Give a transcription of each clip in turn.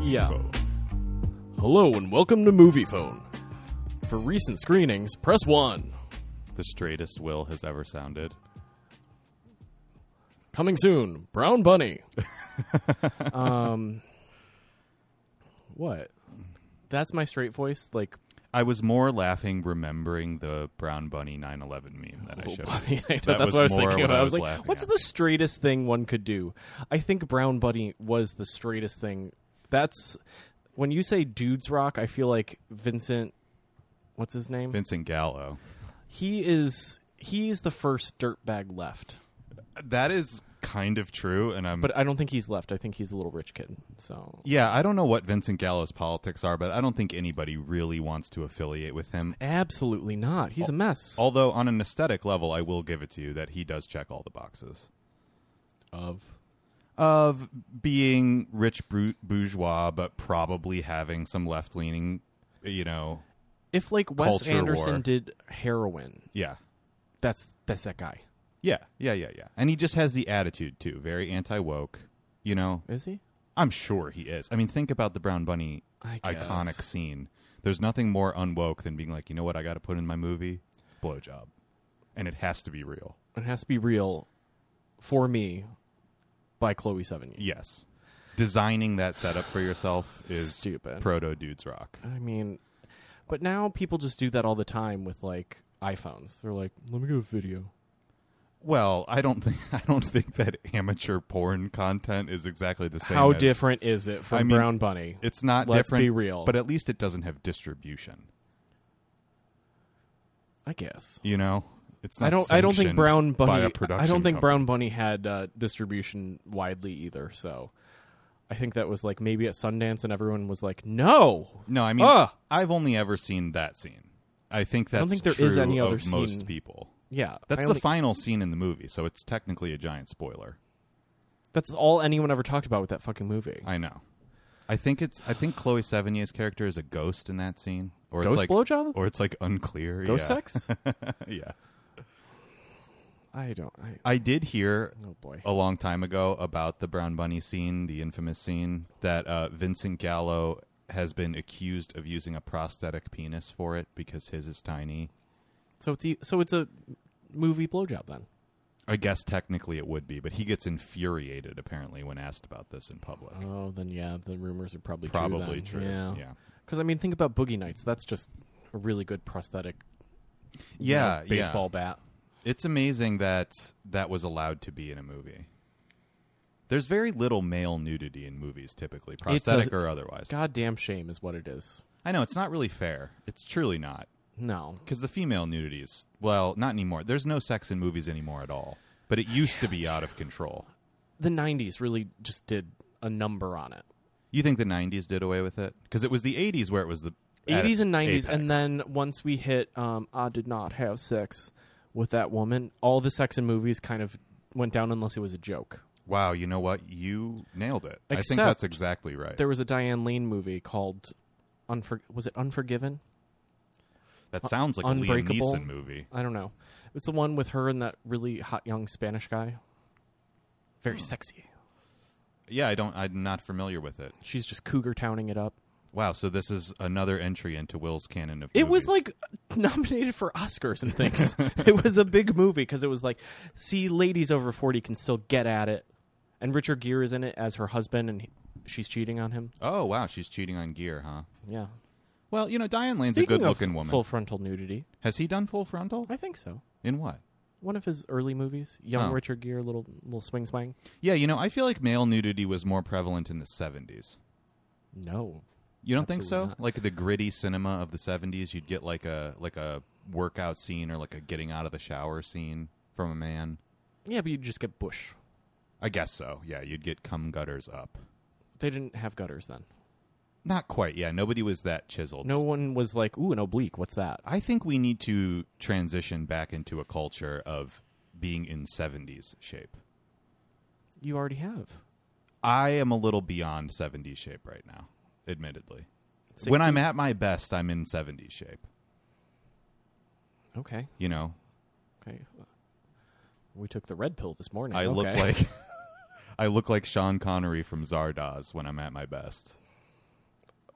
Yeah. Hello and welcome to Movie Phone. For recent screenings, press 1. The straightest Will has ever sounded. Coming soon, Brown Bunny. um, what? That's my straight voice? Like, I was more laughing remembering the Brown Bunny 9/11 meme that I oh, showed. you. Bunny. I know, That that's what I was more thinking about. I was like, laughing what's at. the straightest thing one could do? I think Brown Bunny was the straightest thing. That's. When you say dudes rock, I feel like Vincent. What's his name? Vincent Gallo. he is. He's the first dirtbag left. That is kind of true, and I'm. But I don't think he's left. I think he's a little rich kid. So yeah, I don't know what Vincent Gallo's politics are, but I don't think anybody really wants to affiliate with him. absolutely not. He's a mess. Although on an aesthetic level, I will give it to you that he does check all the boxes of of being rich bru- bourgeois, but probably having some left leaning, you know, if like Wes Culture Anderson war. did heroin, yeah, that's that's that guy. yeah, yeah, yeah, yeah. And he just has the attitude too, very anti woke. You know, Is he? I'm sure he is. I mean, think about the Brown Bunny I guess. iconic scene. There's nothing more unwoke than being like, you know what, I got to put in my movie, blowjob, and it has to be real. It has to be real for me by Chloe Sevigny. Yes, designing that setup for yourself is Stupid. proto dudes rock. I mean, but now people just do that all the time with like iPhones. They're like, let me get a video. Well, I don't think I don't think that amateur porn content is exactly the same. How as- different is it from I mean, Brown Bunny? It's not Let's different. be real. but at least it doesn't have distribution. I guess. You know, it's not. I don't. I don't think sanctioned Brown by Bunny. a I production don't think company. Brown Bunny had uh, distribution widely either. So, I think that was like maybe at Sundance, and everyone was like, "No, No, I mean, Ugh. I've only ever seen that scene. I think that's don't think there true is any of other scene. most people. yeah, That's I the only- final scene in the movie, so it's technically a giant spoiler. that's all anyone ever talked about with that fucking movie." I know. I think it's. I think Chloe Sevigny's character is a ghost in that scene, or Ghost it's like blowjob? or it's like unclear. Ghost yeah. sex? yeah. I don't. I, I did hear oh boy. a long time ago about the Brown Bunny scene, the infamous scene that uh, Vincent Gallo has been accused of using a prosthetic penis for it because his is tiny. So it's e- so it's a movie blowjob then. I guess technically it would be, but he gets infuriated apparently when asked about this in public. Oh, then yeah, the rumors are probably Probably true. true. then. Yeah. Yeah. Yeah. Because I mean, think about Boogie Nights. That's just a really good prosthetic. you know, yeah. baseball bat. It's amazing that that was allowed to be in a movie. There's very little male nudity in movies typically, prosthetic or otherwise. Goddamn shame is what it is. I know it's not really fair. It's truly not. No, Because the female nudity is, well, not anymore. There's no sex in movies anymore at all. But it used to be out of control. the 90s really just did a number on it. You think the 90s did away with it? Because it was the 80s where it was the. at 80s and 90s. its apex. And then once we hit um, I Did Not Have Sex with That Woman, all the sex in movies kind of went down unless it was a joke. Wow, you know what? You nailed it. I think Except that's exactly right. There was a Diane Lane movie called. Unfor- was it Unforgiven? That sounds like a Liam Unbreakable. Neeson movie. I don't know. It was the one with her and that really hot young Spanish guy. Very Hmm. sexy. Yeah, I don't. I'm not familiar with it. She's just cougar towning it up. Wow, so this is another entry into Will's canon of. It was movies. like nominated for Oscars and things. it was a big movie because it was like, see, ladies over 40 can still get at it. And Richard Gere is in it as her husband, and he, she's cheating on him. Oh wow, she's cheating on Gear, huh? Yeah. Well, you know, Diane Lane's Speaking a good-looking of woman. Full frontal nudity. Has he done full frontal? I think so. In what? One of his early movies, young Oh. Richard Gere, little little swing swang. Yeah, you know, I feel like male nudity was more prevalent in the 70s. No, You don't think so? Absolutely not. Like the gritty cinema of the 70s, you'd get like a like a workout scene or like a getting out of the shower scene from a man. yeah, but you just get bush. I guess so. Yeah, you'd get cum gutters up. They didn't have gutters then. Not quite. Yeah, nobody was that chiseled. No one was like, "Ooh, an oblique. What's that?" I think we need to transition back into a culture of being in 70s shape. You already have. I am a little beyond 70s shape right now, admittedly. When I'm 60s? at my best, I'm in 70s shape, okay, you know. okay. We took the red pill this morning. I okay. look like I look like Sean Connery from Zardoz when I'm at my best.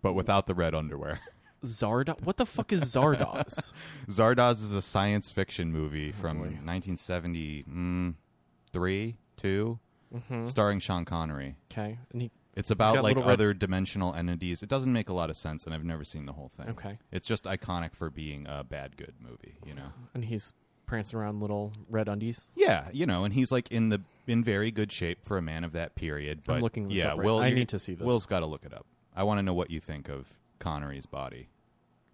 but without the red underwear. Zardoz. What the fuck is Zardoz? Zardoz is a science fiction movie Oh, from 1973, 2, starring Sean Connery. okay, and he It's about Hmm? got like little red- other dimensional entities. It doesn't make a lot of sense, and I've never seen the whole thing. Okay. It's just iconic for being a bad good movie, you know? and he's prancing around in little red undies. Yeah, you know, and he's like in the in very good shape for a man of that period. But looking this yeah, up right Will, now. I you- need to see this. Will's got to look it up. I want to know what you think of Connery's body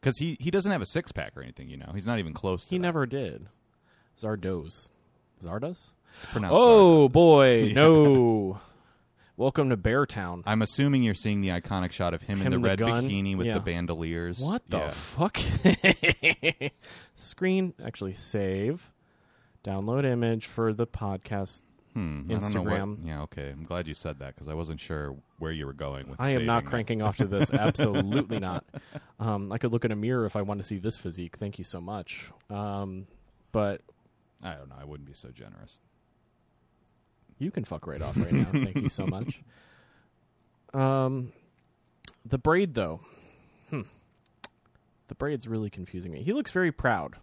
because he he doesn't have a six pack or anything. You know, he's not even close. to He that. never did. Zardoz. Zardoz? It's pronounced. Oh Zardoz. boy, no. Welcome to Bear Town. I'm assuming you're seeing the iconic shot of him, in Him the in the red gun? bikini with Yeah. the bandoliers. What the Yeah. fuck? Screen actually save. Download image for the podcast. Hmm, I don't know Instagram. what, yeah, okay. I'm glad you said that because I wasn't sure where you were going with. I am not saving it. cranking off to this. Absolutely not. Um, I could look in a mirror if I want to see this physique. Thank you so much. Um, but I don't know. I wouldn't be so generous. You can fuck right off right now. Thank you so much. Um, the braid though, hmm, the braid's really confusing me. He looks very proud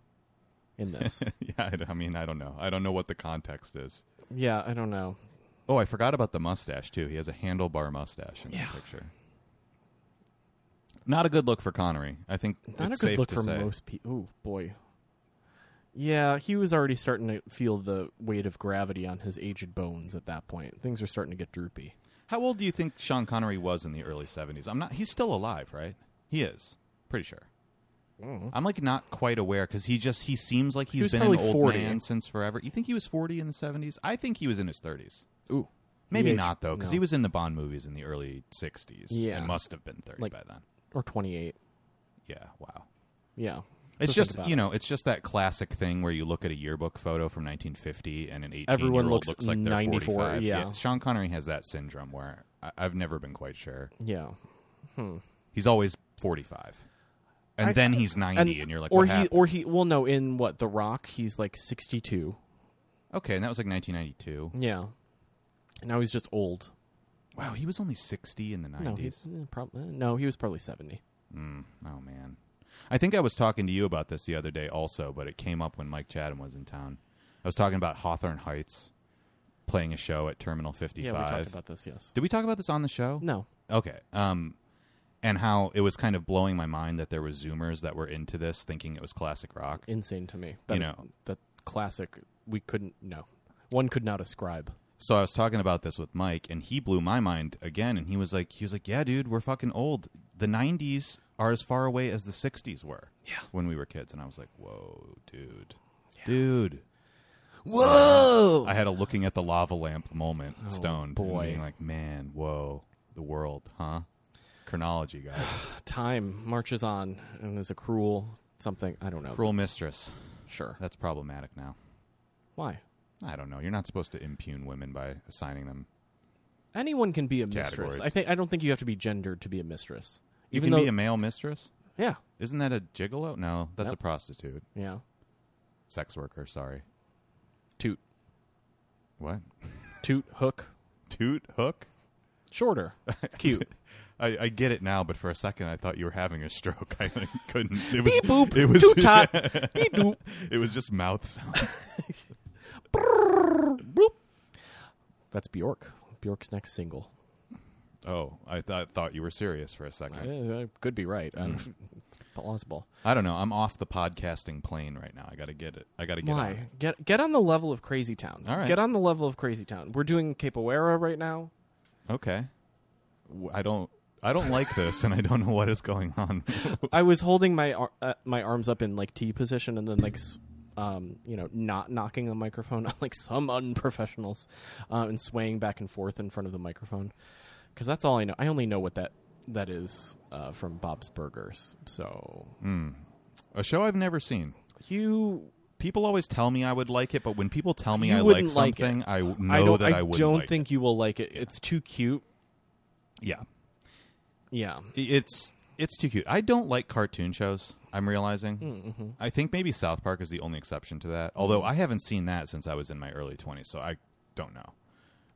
in this. yeah, I, I mean, I don't know. I don't know what the context is. yeah, I don't know. Oh, I forgot about the mustache too. He has a handlebar mustache in Yeah. the picture. Not a good look for Connery. I think Not it's a safe good look to for say. most people. Oh boy. Yeah, he was already starting to feel the weight of gravity on his aged bones at that point. Things are starting to get droopy. How old do you think Sean Connery was in the early seventies? I'm not. He's still alive, right? He is. Pretty sure. I'm like not quite aware because he just he seems like he's was been an probably old 40. man since forever. You think he was 40 in the 70s? I think he was in his 30s. Ooh, Maybe Yeah, not though, because no. he was in the Bond movies in the early 60s. Yeah. and must have been 30 Like- by then. or twenty-eight. Yeah, wow. Yeah, So It's think just about you it. know, it's just that classic thing where you look at a yearbook photo from 1950 and an 18 Everyone year old looks looks like they're 94, 45. yeah. Sean Connery has that syndrome where I- I've never been quite sure. yeah. He's always 45, and I- then he's 90, and, you're like, or what he, happened? or he. Well, no, in what The Rock, he's like sixty-two. okay, and that was like 1992. Yeah. And now he's just old. Wow, he was only 60 in the 90s. No, he, eh, prob- eh, no, he was probably 70. Mm, oh man, I think I was talking to you about this the other day also, but it came up when Mike Chatham was in town. I was talking about Hawthorne Heights playing a show at Terminal 55. Yeah, we talked about this, yes. Did we talk about this on the show? No. Okay. Um, and how it was kind of blowing my mind that there were Zoomers that were into this, thinking it was classic rock. Insane to me. That, You know. That classic, we couldn't, no. One could not ascribe. So I was talking about this with Mike, and he blew my mind again. And he was like, he was like, yeah, dude, we're fucking old. The '90s are as far away as the '60s were. Yeah. When we were kids, and I was like, whoa, dude, dude. Whoa! I had a looking at the lava lamp moment, Oh, stoned, boy. and being like, man, whoa, the world, huh? Chronology, guys. Time marches on and is a cruel something. I don't know. Cruel mistress. Sure. That's problematic now. Why? I don't know. You're not supposed to impugn women by assigning them. Anyone can be a mistress. Categories. I think I don't think you have to be gendered to be a mistress. You Even can though, be a male mistress. yeah, Isn't that a gigolo? No, that's a Nope. prostitute, yeah, sex worker. Sorry. toot, What? toot, hook, Toot hook. shorter. It's cute. I, I get it now, but for a second I thought you were having a stroke. I couldn't. It was. Beep boop, It was. toot tot, dee doop. It was just mouth sounds. Boop. That's Bjork. Bjork's next single. Oh, I th- I thought you were serious for a second. I, I could be right. I don't- it's plausible. I don't know. I'm off the podcasting plane right now. I gotta get it. I gotta get. on it. Why? Get get on the level of Crazy Town. All right. Get on the level of Crazy Town. We're doing capoeira right now. Okay. W- I don't. I don't like this, and I don't know what is going on. I was holding my ar- uh, my arms up in like T position and then like s- um you know not knocking the microphone like some unprofessionals uh, and swaying back and forth in front of the microphone because that's all I know. I only know what that that is uh, from Bob's Burgers. So a show I've never seen. you People always tell me I would like it, but when people tell me You I like wouldn't like it. something, I w- know I don't, that I, I wouldn't don't like think you will like it. It's too cute. it. Yeah, Yeah. I- it's it's too cute. I don't like cartoon shows. I'm realizing. Hmm. I think maybe South Park is the only exception to that. Mm. Although I haven't seen that since I was in my early 20s, so I don't know.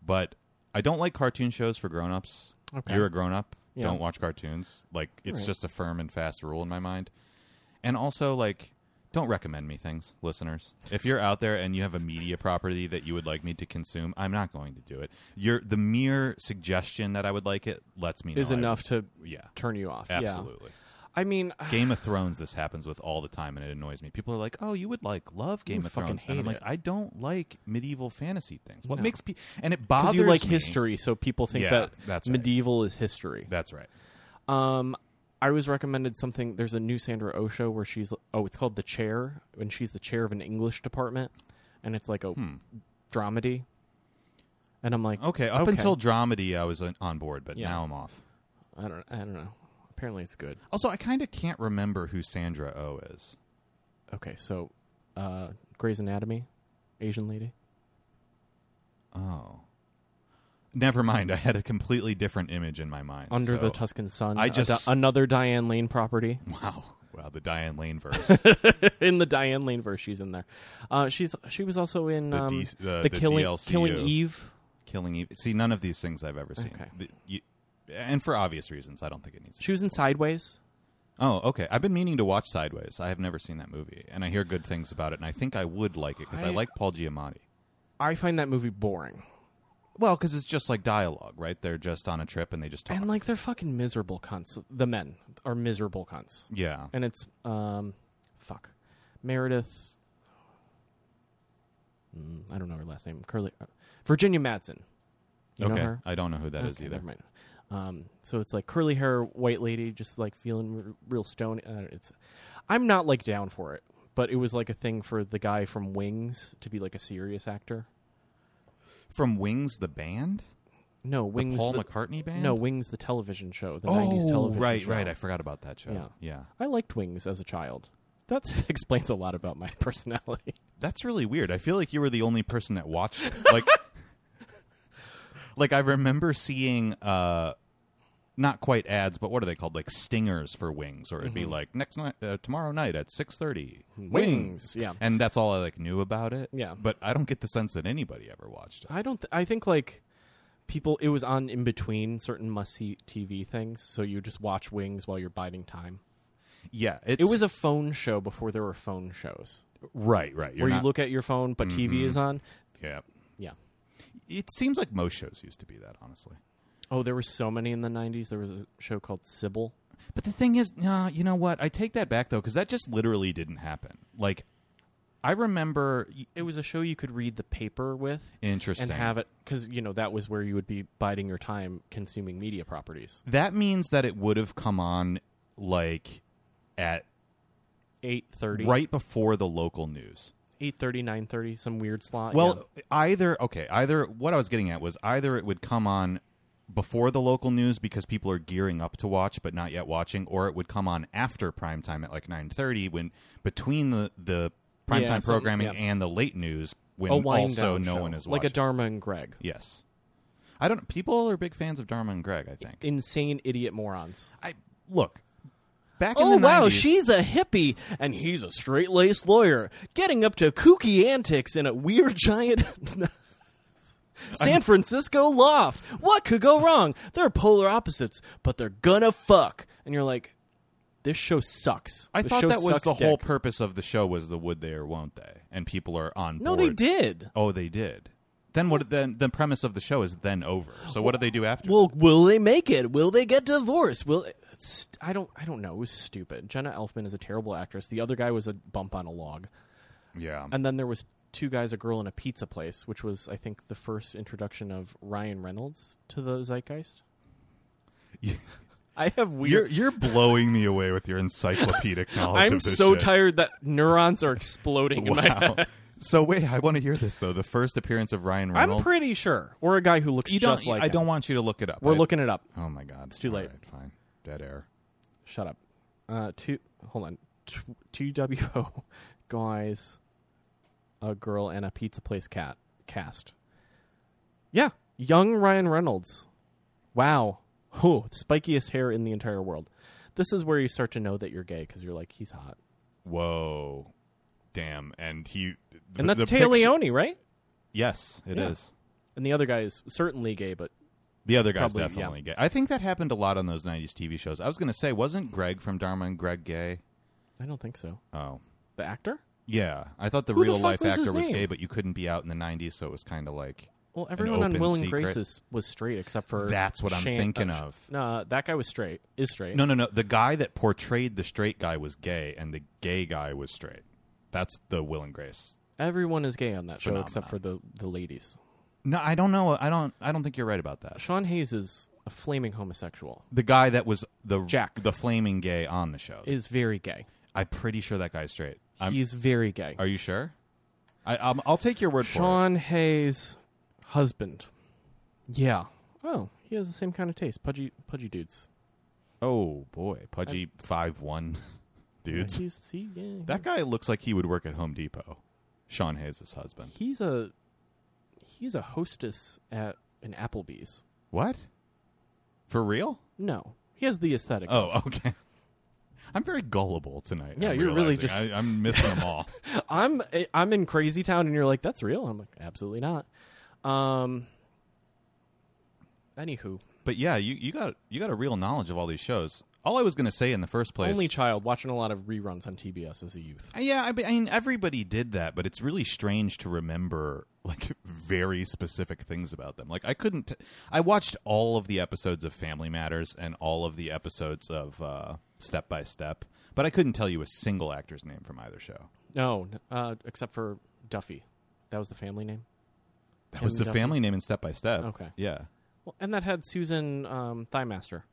But I don't like cartoon shows for grown-ups. Okay. You're a grown-up. Yeah. Don't watch cartoons. Like it's Right. just a firm and fast rule in my mind. And also like don't recommend me things, listeners. If you're out there and you have a media property that you would like me to consume, I'm not going to do it. Your the mere suggestion that I would like it lets me know is I- enough to yeah. turn you off. Yeah. Absolutely. I mean, Game of Thrones this happens with all the time and it annoys me. People are like, "Oh, you would like love Game You of fucking Thrones." And I'm hate like, it. "I don't like medieval fantasy things." What No. makes people and it bothers because you like me- history, so people think Yeah, that that's right. medieval is history. That's right. Um, I was recommended something. There's a new Sandra Oh show where she's oh, it's called The Chair, and she's the chair of an English department, and it's like a Hmm. dramedy. And I'm like, Okay, up Okay. until dramedy, I was on- on board, but Yeah. now I'm off. I don't, I don't know. Apparently, it's good. Also, I kind of can't remember who Sandra O oh is. Okay, so uh, Grey's Anatomy, Asian lady. Oh, never mind. I had a completely different image in my mind. Under so- the Tuscan Sun. I a di- just- another Diane Lane property. wow, wow, the Diane Lane verse, in the Diane Lane verse, she's in there. Uh, she's she was also in The um, D- uh, the- the killing DLCU. killing Eve. killing Eve. See, none of these things I've ever seen. Okay. The- you- and for obvious reasons, I don't think it needs. to She was in Sideways. Oh, okay. I've been meaning to watch Sideways. I have never seen that movie, and I hear good things about it, and I think I would like it because I, I- like Paul Giamatti. I find that movie boring, Well, because it's just like dialogue, right? They're just on a trip and they just talk. and like they're fucking miserable cunts. The men are miserable cunts, yeah, and it's um, fuck, Meredith. Mm, I don't know her last name. Curly, uh, Virginia Madsen. You okay. know her? I don't know who that That is is either. Never mind. Um, so it's like curly hair, white lady, just like feeling r- real stone. Uh, it's, I'm not like down for it, but it was like a thing for the guy from Wings to be like a serious actor. From Wings, the band, No, The Wings. Paul the- McCartney band. no, Wings, the television show, the oh, 90s television right, show. right. I forgot about that show. Yeah. Yeah. I liked Wings as a child. That explains a lot about my personality. that's really weird. I feel like you were the only person that watched. It. Like, like I remember seeing. uh not quite ads, but what are they called? Like stingers for wings, or it'd be like next night, uh, tomorrow night at six thirty. Mm-hmm. Wings, yeah. and that's all I like knew about it. Yeah. but I don't get the sense that anybody ever watched it. I don't. Th- I think like people. It was on in between certain must see TV things, so you just watch Wings while you're biding time. Yeah, it's, It was a phone show before there were phone shows right, right. You're where not- Mm-hmm. you look at your phone but TV is on. yeah. Yeah. It seems like most shows used to be that, honestly. Oh, there were so many in the 90s. There was a show called Sybil. But the thing is, no, you know what? I take that back though, because that just literally didn't happen. Like, I remember. It was a show you could read the paper with Interesting. and have it cuz you know that was where you would be biding your time consuming media properties. that means that it would have come on like at 8:30 right before the local news. 8:30 9:30 some weird slot. Well, either okay, either what I was getting at was either it would come on before the local news because people are gearing up to watch but not yet watching, or it would come on after prime time at like nine thirty when between the the prime Yeah, time some- programming yeah. and the late news when yeah. a wind also down no show. one is like watching. a Dharma and Greg. yes, I don't. People are big fans of Dharma and Greg. I think. Insane idiot morons. I look back. Oh in the wow, 90s, she's a hippie and he's a straight laced lawyer, getting up to kooky antics in a weird giant San Francisco loft. What could go wrong? They're polar opposites, but they're gonna fuck. And you're like, this show sucks. I This thought show that was sucks the whole dick. purpose of the show was the would they or won't they, and people are on. no, board. they did. Oh, they did. Then what? Then the premise of the show is then over. So what do they do after? Well, will they make it? Will they get divorced? Will it's, I don't I don't know. It was stupid. Jenna Elfman is a terrible actress. The other guy was a bump on a log. yeah, and then there was two guys a girl in a pizza place which was i think the first introduction of ryan reynolds to the zeitgeist Yeah. i have you're weird you're blowing me away with your encyclopedic knowledge. i'm of this so shit. tired that neurons are exploding in my Wow. head so wait, I want to hear this though. The first appearance of Ryan Reynolds. i'm pretty sure or a guy who looks You don't. just like I him. don't want you to look it up. we're I- looking it up Oh my god, it's too late. fine, dead air. shut up uh two hold on two wo guys a girl and a pizza place cat cast yeah young ryan reynolds wow who spikiest hair in the entire world this is where you start to know that you're gay because you're like he's hot Whoa, damn. And he and that's the Tay picture- Leone, right Yes, it is. Yeah. and the other guy is certainly gay but The other guys Probably, yeah. definitely gay. I think that happened a lot on those '90s TV shows. I was going to say, wasn't Greg from Dharma and Greg gay? I don't think so. Oh, The actor? yeah. I thought the Who the real life fuck was his actor was name? gay, but you couldn't be out in the '90s, so it was kind of like Well, everyone on open Will and secret? Grace is, was straight except for that's what I'm Shan- thinking uh, of. No, that guy was straight. Is straight. No, no, no. The guy that portrayed the straight guy was gay, and the gay guy was straight. That's the Will and Grace. Everyone is gay on that show Phenomenon. except for the the ladies. No, I don't know. I don't. I don't think you're right about that. Sean Hayes is a flaming homosexual. The guy that was the Jack. the flaming gay on the show. Is very gay. I'm pretty sure that guy's straight. I'm, He's very gay. are you sure? I, um, I'll take your word for it. Sean Hayes' husband. Yeah. Oh, he has the same kind of taste. Pudgy, pudgy dudes. Oh boy, pudgy five one dudes. He's, he, yeah, That guy looks like he would work at Home Depot. Sean Hayes' husband. he's a he's a hostess at an Applebee's. What? For real? No, he has the aesthetic. Oh, okay. I'm very gullible tonight. Yeah, I'm you're really realizing. just- I, I'm missing them all. I'm eh, I'm in Crazy Town, and you're like, that's real. I'm like, absolutely not. Um. Anywho, but yeah, you, you got you got a real knowledge of all these shows. All I was going to say in the first place. only child watching a lot of reruns on TBS as a youth. yeah, I be- I mean everybody did that, but it's really strange to remember like very specific things about them. Like I couldn't. T- I watched all of the episodes of Family Matters and all of the episodes of uh, Step by Step, but I couldn't tell you a single actor's name from either show. No, uh, except for Duffy. That was the family name. That Tim was the Duffy. family name in Step by Step. Okay. Yeah. Well, and that had Susan um, Thighmaster,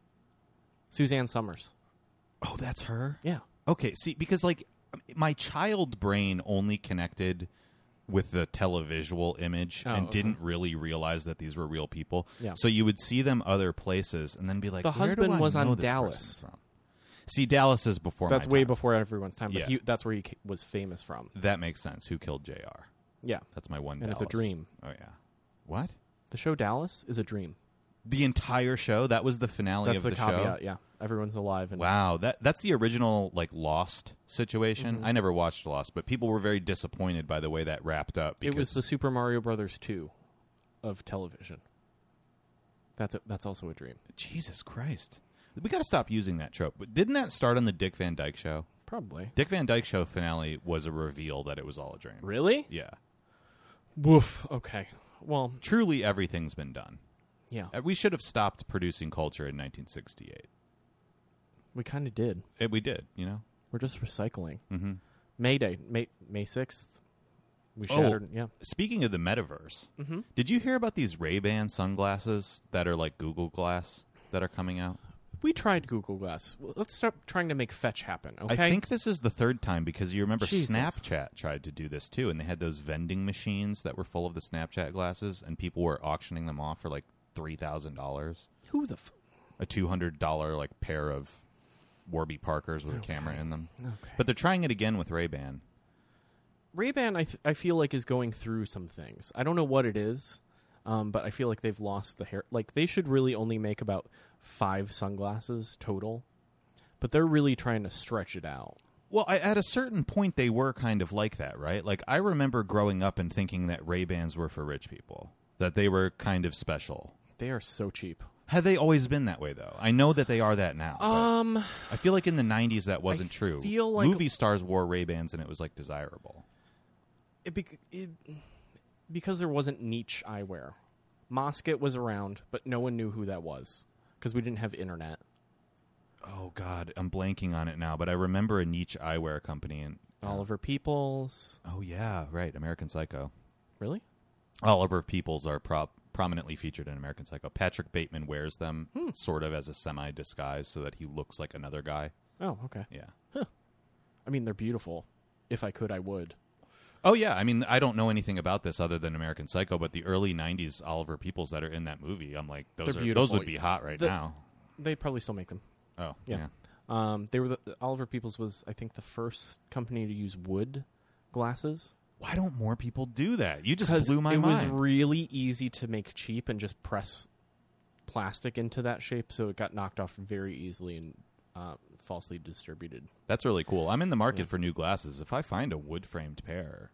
Suzanne Summers. Oh, that's her. Yeah, Okay, see, because like my child brain only connected with the televisual image Oh, and okay. didn't really realize that these were real people. Yeah. So you would see them other places and then be like, The "Where do husband I was know on this person Dallas. from?" See, Dallas is before. that's my way time. before everyone's time. But Yeah. he, that's where he ca- was famous from. That makes sense. Who killed Jr. Yeah, That's my one. And it's a Dallas. dream. Oh yeah. What? the show Dallas is a dream. The entire show. That was the finale That's of the, the, caveat. show. Yeah, everyone's alive. And Wow, that that's the original like Lost situation. Mm-hmm. I never watched Lost, but people were very disappointed by the way that wrapped up. Because it was the Super Mario Brothers two of television. That's a, that's also a dream, Jesus Christ. We got to stop using that trope. But didn't that start on the Dick Van Dyke show? probably. Dick Van Dyke show finale was a reveal that it was all a dream. Really? Yeah. Woof. Okay. Well, Truly everything's been done. yeah, Uh, We should have stopped producing culture in 1968. we kind of did. Eh, we did, you know? We're just recycling. Mhm. May Day, May May sixth. We Oh. Mm-hmm. shattered. Yeah. Speaking of the metaverse, did you hear about these Ray-Ban sunglasses that are like Google Glass that are coming out? We tried Google Glass. Well, Let's stop trying to make fetch happen. Okay. I think this is the third time because you remember Jesus. Snapchat tried to do this too, and they had those vending machines that were full of the Snapchat glasses, and people were auctioning them off for like three thousand dollars, who the f- a two hundred dollar like pair of Warby Parkers with a camera in them. Okay. But they're trying it again with Ray Ban. Ray Ban, I, th- I feel like is going through some things. I don't know what it is, um, but I feel like they've lost the hair. Like they should really only make about five sunglasses total, but they're really trying to stretch it out. Well, I, at a certain point, they were kind of like that, right? Like I remember growing up and thinking that Ray Bans were for rich people, that they were kind of special. They are so cheap. Have they always been that way though? I know that they are that now. but- Um, I feel like in the '90s that wasn't true. feel like- movie stars wore Ray Bans and it was like desirable. it bec it, because there wasn't niche eyewear. Mosket was around, but no one knew who that was because we didn't have internet. Oh God, I'm blanking on it now, but I remember a niche eyewear company and Oliver Peoples, Oh yeah, right, American Psycho. really? Oliver Peoples are prop prominently featured in American Psycho. Patrick Bateman wears them sort of as a semi disguise so that he looks like another guy. Oh, okay. Yeah. I mean, they're beautiful. If I could, I would. Oh yeah, I mean I don't know anything about this other than American Psycho, but the early '90s Oliver Peoples that are in that movie, I'm like those They're are, those beautiful. would be hot right The- now. They probably still make them. Oh Yeah. yeah. Um, they were the, Oliver Peoples was, I think, the first company to use wood glasses why don't more people do that? You just because it blew my was mind. really easy to make cheap and just press plastic into that shape, so it got knocked off very easily and uh, falsely distributed. That's really cool. I'm in the market for new glasses. If I find a uh, wood framed pair,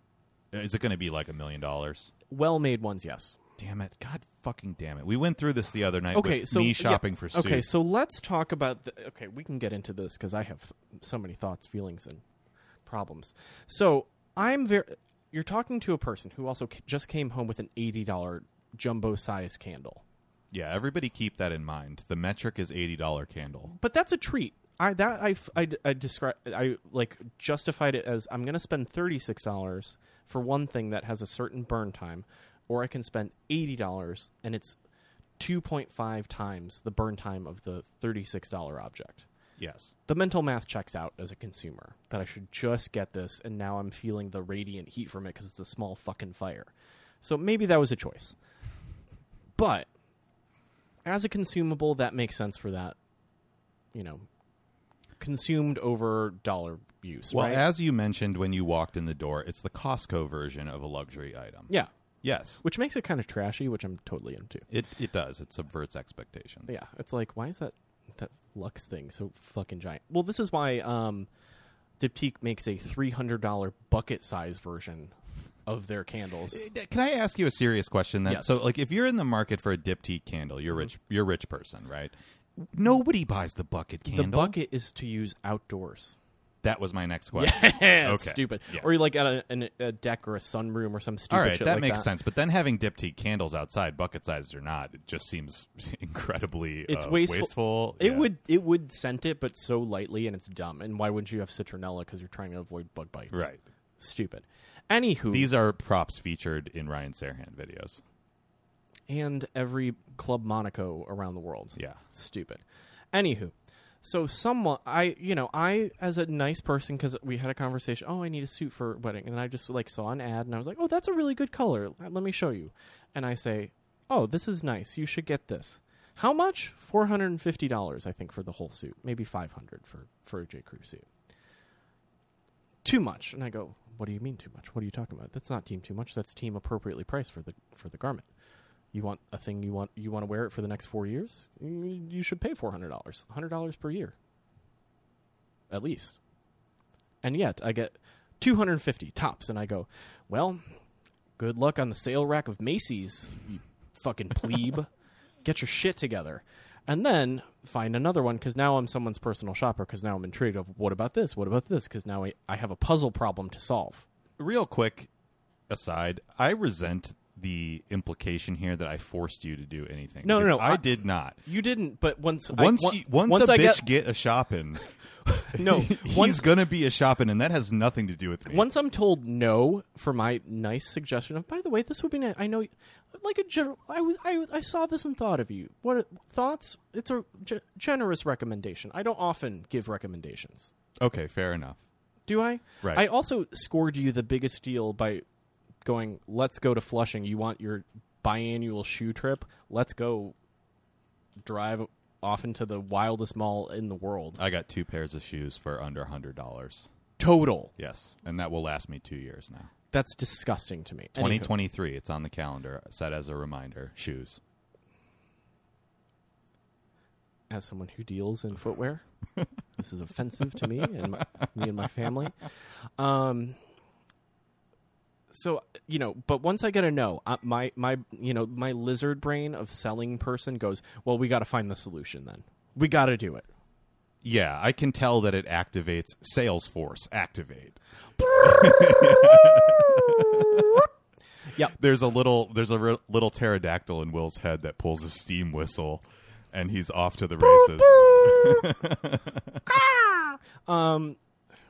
is it going to be like a million dollars? Well made ones, yes. Damn it! God fucking damn it. We went through this the other night okay, with so yeah, me shopping for soup. Okay, so let's talk about. The, okay, we can get into this because I have so many thoughts, feelings, and problems. So I'm very. You're talking to a person who also ca- just came home with an eighty dollar jumbo size candle, yeah, everybody keep that in mind. The metric is $80 candle. but that's a treat. I that I f- I, describe I like justified it as I'm going to spend thirty six dollars for one thing that has a certain burn time, or I can spend eighty dollars and it's two point five times the burn time of the thirty six dollar object. Yes. the mental math checks out as a consumer that I should just get this, and now I'm feeling the radiant heat from it because it's a small fucking fire. So maybe that was a choice. But as a consumable, that makes sense for that, you know, consumed over dollar use, Well, right? as you mentioned when you walked in the door, it's the Costco version of a luxury item. yeah, Yes. which makes it kind of trashy, which I'm totally into. It it does. It subverts expectations. Yeah, it's like why is that that Lux thing so fucking giant? Well, this is why um, Diptyque makes a three hundred dollar bucket size version of their candles. Uh, Can I ask you a serious question then? Yes. Mm-hmm. So like if you're in the market for a diptyque candle, you're rich you're a rich person, right? Nobody buys the bucket The candle. bucket is to use outdoors. that was my next question. Yeah, it's Okay. stupid. Yeah. Or you like at a, an, a deck or a sunroom or some stupid All right, shit that like makes that. sense. But then having diptyque candles outside, bucket sized or not, it just seems incredibly It's uh, wasteful. It Yeah. would it would scent it, but so lightly, and it's dumb. And why wouldn't you have citronella? Because you're trying to avoid bug bites. right. Stupid. Anywho, These are props featured in Ryan Serhant videos. and every Club Monaco around the world. Yeah. stupid. Anywho, so someone I you know I as a nice person because we had a conversation. Oh, I need a suit for wedding, and I just like saw an ad and I was like, oh, that's a really good color. Let me show you. And I say, oh, this is nice. You should get this. How much? Four hundred and fifty dollars, I think, for the whole suit. Maybe five hundred for for a J Crew suit. Too much, and I go. What do you mean too much? What are you talking about? That's not team too much. That's team appropriately priced for the for the garment. You want a thing you want you want to wear it for the next four years? You you should pay four hundred dollars, hundred dollars per year, at least. And yet I get two hundred and fifty tops, and I go, well, good luck on the sale rack of Macy's, you fucking plebe. get your shit together, and then find another one because now I'm someone's personal shopper because now I'm intrigued of what about this, what about this because now I, I have a puzzle problem to solve. Real quick aside, I resent the implication here that I forced you to do anything. No, no, because no, I, I- did not. You didn't, but once I- Once, on- you, once a I bitch get- get, a shopping, no he's once gonna be a shopping, and that has nothing to do with me. Once I'm told no for my nice suggestion of, by the way, this would be nice. I know, like a general, I was, I, I saw this and thought of you. What thoughts? It's a ge- generous recommendation. I don't often give recommendations, okay, fair enough. do I? Right. I also scored you the biggest deal by going. Let's go to Flushing. You want your biannual shoe trip? Let's go drive off into the wildest mall in the world. I got two pairs of shoes for under hundred dollars. Total. Yes, and that will last me two years now. That's disgusting to me. Anywho. Twenty twenty three. It's on the calendar. Set as a reminder. Shoes. as someone who deals in footwear. this is offensive to me and my, me and my family. Um, so you know, but once I get a no, uh, my my you know my lizard brain of selling person goes, well, we got to find the solution. Then we got to do it. Yeah, I can tell that it activates Salesforce. Activate. Yep. There's a little. There's a re- little pterodactyl in Will's head that pulls a steam whistle, and he's off to the races. Um,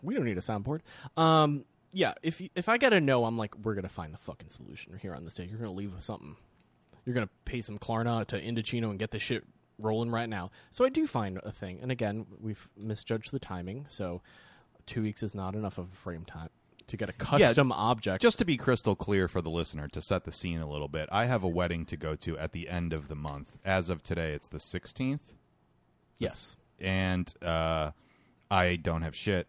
we don't need a soundboard. Um, yeah, if you- if I get a no, I'm like, we're gonna find the fucking solution here on this day. You're gonna leave with something. You're gonna pay some Klarna to Indochino and get this shit rolling right now. So I do find a thing, and again, we've misjudged the timing. So two weeks is not enough of a frame time to get a custom object. Just to be crystal clear for the listener, to set the scene a little bit, I have a wedding to go to at the end of the month. As of today, it's the 16th, yes, and uh, I don't have shit.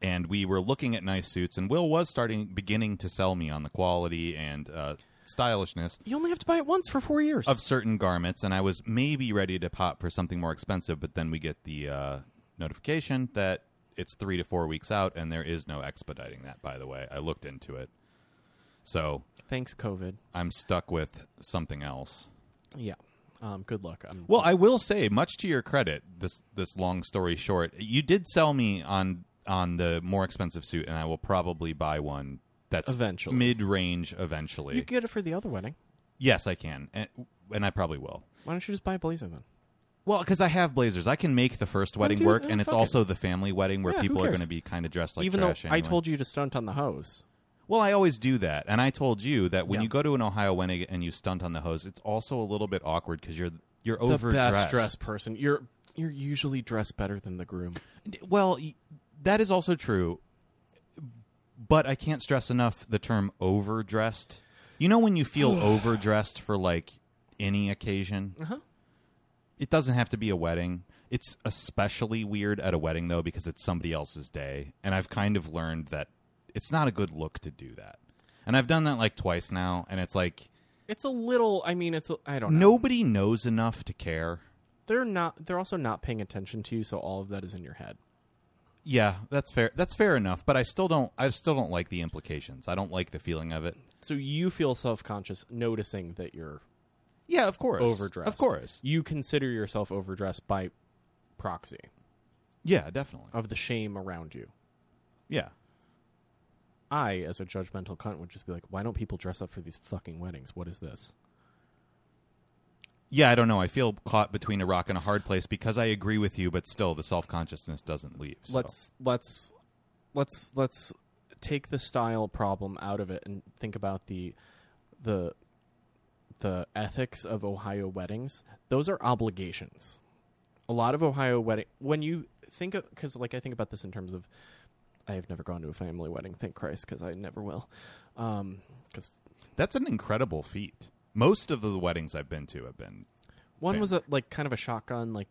And we were looking at nice suits, and Will was starting beginning to sell me on the quality and uh, stylishness you only have to buy it once for four years. of certain garments, and I was maybe ready to pop for something more expensive, but then we get the uh, notification that it's three to four weeks out, and there is no expediting that. By the way, I looked into it, So Thanks, COVID. I'm stuck with something else. Yeah. Um, good luck. I'm, Well, I will say, much to your credit, this this long story short, you did sell me on on the more expensive suit, and I will probably buy one that's Eventually. mid range eventually. you get it for the other wedding. yes, I can, and, and I probably will. Why don't you just buy a blazer then? Well, because I have blazers, I can make the first wedding do- work, then and it's fuck it. also the family wedding where Yeah, who people are cares? going to be kind of dressed like Even though trash. I told you to stunt on the hose. well, I always do that, and I told you that when Yeah. you go to an Ohio wedding and you stunt on the hose, it's also a little bit awkward because you're you're The overdressed. best dressed person. You're you're usually dressed better than the groom. Well, y- that is also true, but I can't stress enough the term overdressed. You know when you feel overdressed for like any occasion? Uh-huh. It doesn't have to be a wedding. It's especially weird at a wedding though because it's somebody else's day, and I've kind of learned that it's not a good look to do that. And I've done that like twice now, and it's like It's a little. I mean, it's. A, I don't know. nobody knows enough to care. They're not. They're also not paying attention to you, so all of that is in your head. Yeah, that's fair. That's fair enough, but I still don't I still don't like the implications. I don't like the feeling of it. So you feel self conscious noticing that you're Yeah, of course. overdressed. Of course. you consider yourself overdressed by proxy Yeah, definitely. of the shame around you. Yeah. I, as a judgmental cunt, would just be like, "Why don't people dress up for these fucking weddings? What is this?" Yeah, I don't know. I feel caught between a rock and a hard place because I agree with you, but still the self consciousness doesn't leave. so. let's let's let's let's take the style problem out of it and think about the the the ethics of Ohio weddings. Those are obligations. A lot of Ohio wedding when you think of cuz like I think about this in terms of I have never gone to a family wedding, thank Christ, cuz I never will. Um cuz that's an incredible feat. Most of the weddings I've been to have been one Fair. was a, like kind of a shotgun like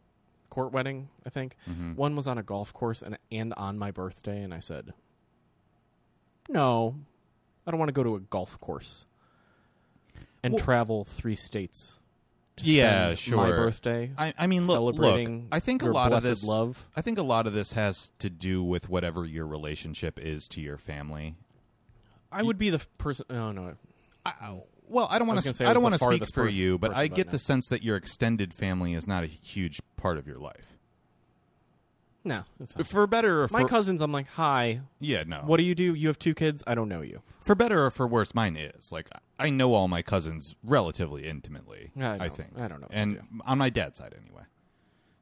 court wedding, I think. mm-hmm. Mm. One was on a golf course and and on my birthday, and I said, "No, I don't want to go to a golf course and Well- travel three states." To Yeah, spend My sure. birthday. I, I mean, look, look. celebrating. I think a your lot of blessed this. love. I think a lot of this has to do with whatever your relationship is to your family. I would be the f- person. Oh no, I, well, I don't want was gonna say to. I I was don't the want to speak farthest for pers- you, but person I by get now. the sense that your extended family is not a huge part of your life, no. It's not. for better or for My cousins, I'm like, "Hi, yeah, no. what do you do? You have two kids. I don't know you." for better or for worse, mine is like I know all my cousins relatively intimately. I I, don't- think I don't know what and they do. on my dad's side anyway.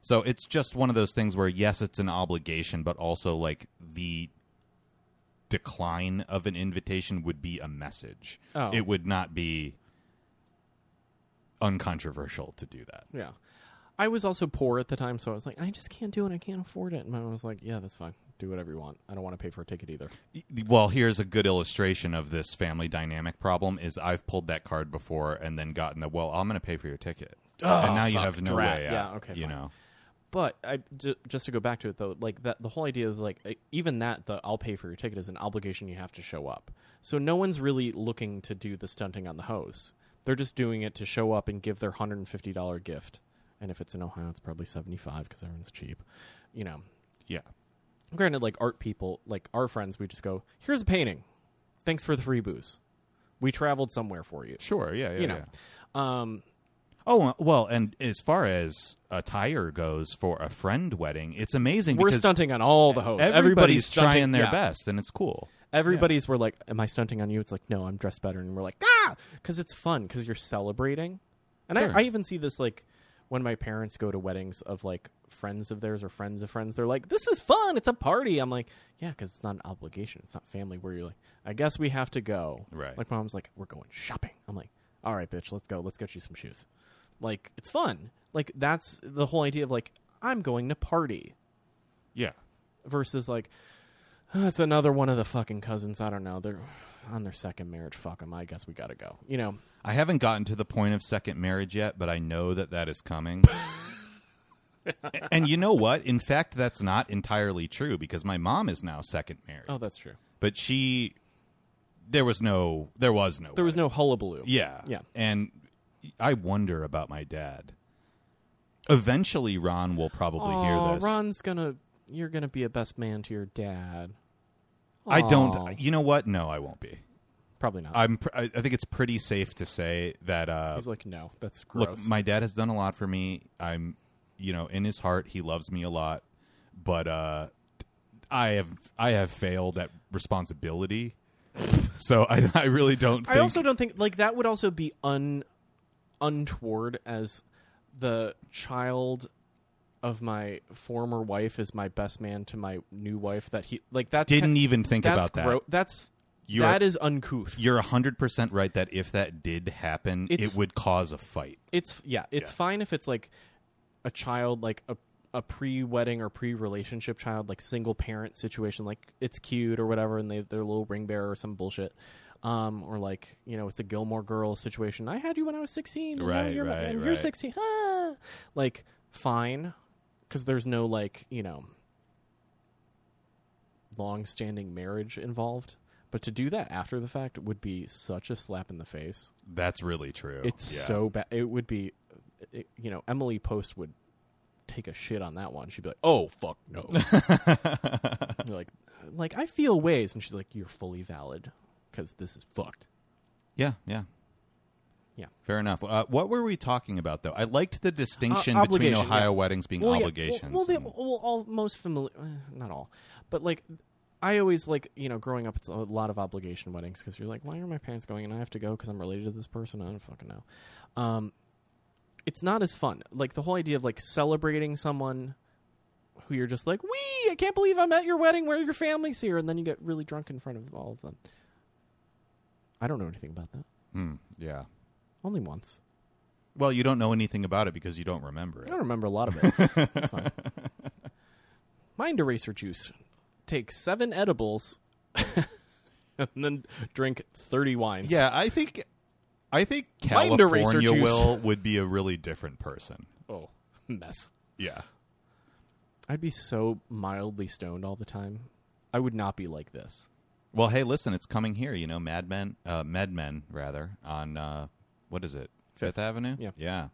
So it's just one of those things where yes, it's an obligation, but also like the decline of an invitation would be a message. Oh. It would not be uncontroversial to do that. Yeah. I was also poor at the time, so I was like, I just can't do it. I can't afford it. And my mom was like, Yeah, that's fine. Do whatever you want. I don't want to pay for a ticket either. Well, here's a good illustration of this family dynamic problem is I've pulled that card before and then gotten the well, I'm going to pay for your ticket. and now you Oh, fuck, have no drat. way out. Yeah, okay, You fine. know. But I j- just to go back to it though, like that the whole idea of like e- even that the I'll pay for your ticket is an obligation you have to show up. So no one's really looking to do the stunting on the hose. They're just doing it to show up and give their hundred and fifty dollar gift. And if it's in Ohio, it's probably seventy five because everyone's cheap. You know, Yeah. granted like art people like our friends we just go here's a painting thanks for the free booze we traveled somewhere for you Sure. Yeah. Yeah. you know yeah. um Oh well, and as far as attire goes for a friend wedding, it's amazing. we're because stunting on all the hoes Everybody's, stunting- trying their yeah. best, and it's cool. everybody's we're like am i stunting on you it's like no i'm dressed better and we're like ah because it's fun because you're celebrating and Sure. I, I even see this like when my parents go to weddings of like friends of theirs or friends of friends they're like this is fun it's a party i'm like yeah because it's not an obligation it's not family where you're like i guess we have to go Right. like my mom's like we're going shopping i'm like all right bitch let's go let's get you some shoes like it's fun like that's the whole idea of like i'm going to party Yeah. versus like "Oh, it's another one of the fucking cousins. I don't know. They're on their second marriage. Fuck them. I guess we gotta go. You know, I haven't gotten to the point of second marriage yet, but I know that that is coming. A- and you know what? In fact, that's not entirely true because my mom is now second married, oh, that's true. but she there was no there was no There was no hullabaloo. Yeah. Yeah. And I wonder about my dad. Eventually, Ron will probably Aw, hear this. Ron's gonna. You're gonna be a best man to your dad. I Aw. don't. You know what? No, I won't be. Probably not. I'm pr- I I think it's pretty safe to say that uh, He's like, no, that's gross. look, my dad has done a lot for me. I'm, you know, in his heart, he loves me a lot, but uh, I have I have failed at responsibility. so I, I really don't. Think, I also don't think like that would also be un untoward as the child of my former wife is my best man to my new wife that he like that's didn't ki- even think that's about that. gro- that's You're- that is uncouth. You're hundred percent right that if that did happen, It's- it would cause a fight. It's yeah, it's Yeah. fine if it's like a child like a a pre-wedding or pre-relationship child like single parent situation like it's cute or whatever and they they're a little ring bearer or some bullshit. Um, or like you know, it's a Gilmore Girl situation. I had you when I was sixteen, and now Right, you're my- right, and you're right. sixteen. Ah! Like fine, because there's no like you know long-standing marriage involved. But to do that after the fact would be such a slap in the face. That's really true. It's Yeah. so bad. It would be, it, you know, Emily Post would take a shit on that one. She'd be like, "Oh fuck no," You're like, like I feel ways, and she's like, "You're fully valid because this is fucked." yeah, yeah. Yeah. Fair enough. Uh, what were we talking about though? I liked the distinction Uh, between obligation, Ohio yeah. weddings being yeah, obligations. well, they, and- well, all most familiar, eh, not all, but like. I always like you know growing up it's a lot of obligation weddings because you're like why are my parents going and I have to go because I'm related to this person I don't fucking know, um, it's not as fun like the whole idea of like celebrating someone who you're just like, wee, I can't believe I'm at your wedding where your family's here, and then you get really drunk in front of all of them. I don't know anything about that. Hmm, yeah. Only once. Well, you don't know anything about it because you don't remember I it. don't remember a lot of it. That's fine. Mind eraser juice. Take seven edibles and then drink thirty wines. Yeah, I think I think Mind eraser California juice. Will would be a really different person. Oh, mess. Yeah. I'd be so mildly stoned all the time. I would not be like this. Well, hey, listen, it's coming here. You know, Mad Men, uh, Med Men, rather, on uh, what is it, Fifth Avenue? Yeah. yeah.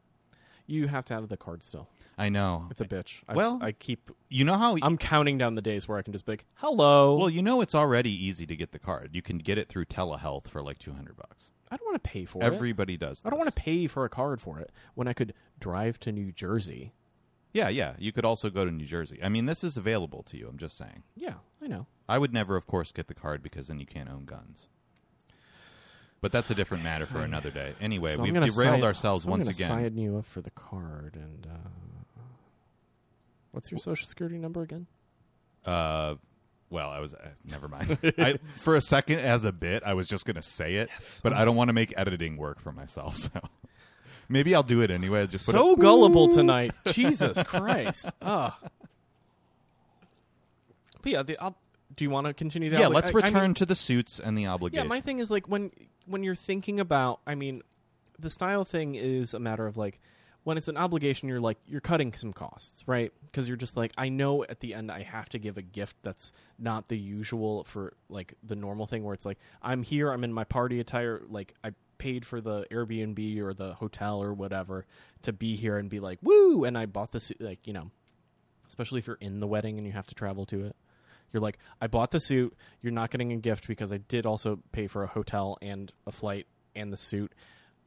You have to have the card still. I know. It's a bitch. I, Well- I keep. you know how? I'm counting down the days where I can just be like, "Hello." well, you know, it's already easy to get the card. You can get it through telehealth for like two hundred bucks. I don't want to pay for it. Everybody does. I don't this. want to pay for a card for it when I could drive to New Jersey. Yeah, yeah. You could also go to New Jersey. I mean, this is available to you. I'm just saying. Yeah, I know. I would never, of course, get the card because then you can't own guns. But that's a different matter for another day. Anyway, So I'm we've gonna derailed side- ourselves so I'm once gonna again. Sign you up for the card and uh, what's your social security number again? Uh, well, I was uh, never mind. I, for a second, as a bit, I was just gonna say it, but I don't want to make editing work for myself. So maybe I'll do it anyway. Just put So a- gullible tonight, Jesus Christ! Ah. But yeah, the, I'll, do you want to continue that? yeah. Let's return to the suits and the yeah obligation. my thing is like when when you're thinking about i mean the style thing is a matter of like when it's an obligation you're like you're cutting some costs right because you're just like i know at the end i have to give a gift that's not the usual for like the normal thing where it's like i'm here i'm in my party attire like i paid for the airbnb or the hotel or whatever to be here and be like woo and i bought this like you know especially if you're in the wedding and you have to travel to it. You're like, I bought the suit. You're not getting a gift because I did also pay for a hotel and a flight and the suit.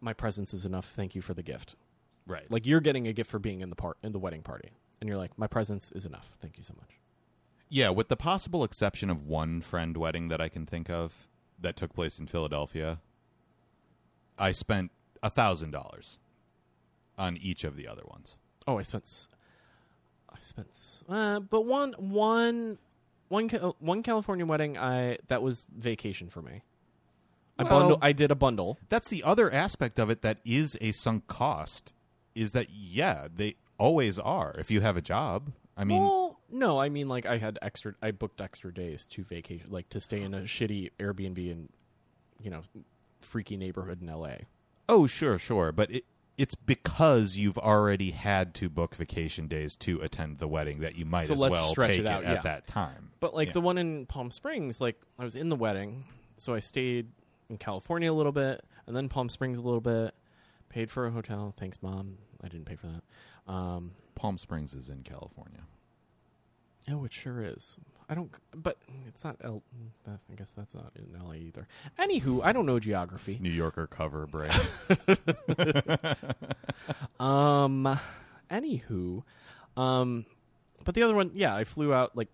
My presence is enough. Thank you for the gift. right? Like you're getting a gift for being in the part in the wedding party, and you're like, my presence is enough. Thank you so much. Yeah, with the possible exception of one friend wedding that I can think of that took place in Philadelphia, I spent a thousand dollars on each of the other ones. Oh, I spent, s- I spent, s- uh, but one one one ca- one California wedding. I that was vacation for me. I Well- bundle. I did a bundle. That's the other aspect of it that is a sunk cost. Is that yeah, they always are if you have a job. I mean, well, no, I mean like I had extra. I booked extra days to vacation, like to stay in a shitty Airbnb in, you know, freaky neighborhood in L.A. oh sure, sure, but it, it's because you've already had to book vacation days to attend the wedding that you might So as let's well stretch take it out, at yeah. that time. But like Yeah. the one in Palm Springs, like I was in the wedding, so I stayed in California a little bit, and then Palm Springs a little bit. Paid for a hotel. Thanks, mom. I didn't pay for that. Um, Palm Springs is in California. Oh, it sure is. I don't, but it's not. L, that's, I guess that's not in LA either. Anywho, I don't know geography. New Yorker cover break. Um, anywho, um, but the other one, yeah, I flew out like,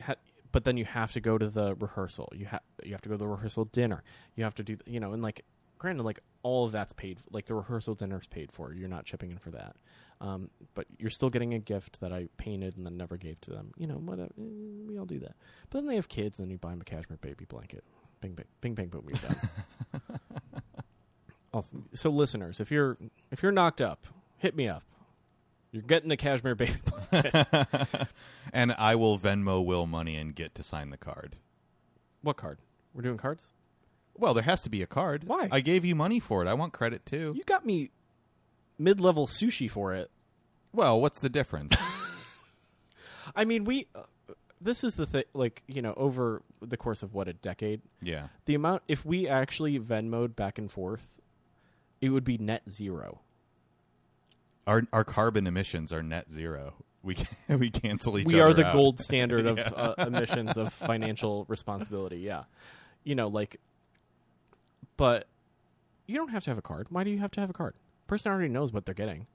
ha- but then you have to go to the rehearsal. You have you have to go to the rehearsal dinner. You have to do, you know, and like, granted, like all of that's paid. Like the rehearsal dinner's paid for. You're not chipping in for that. Um, but you're still getting a gift that I painted and then never gave to them. You know, whatever. eh, We all do that. But then they have kids, and then you buy them a cashmere baby blanket. Bing, bing, bing, bing, boom. We're done. Awesome. So, listeners, if you're if you're knocked up, hit me up. You're getting a cashmere baby. blanket. and I will Venmo Will money and get to sign the card. what card? We're doing cards. Well, there has to be a card. Why? I gave you money for it. I want credit too. You got me mid-level sushi for it. Well, what's the difference? I mean, we. Uh, this is the thing. Like you know, over the course of what a decade, yeah. the amount if we actually Venmoed back and forth, it would be net zero. Our our carbon emissions are net zero. We can, we cancel each we other are the out. gold standard of uh, emissions of financial responsibility. Yeah, you know, like, but you don't have to have a card. Why do you have to have a card? Person already knows what they're getting.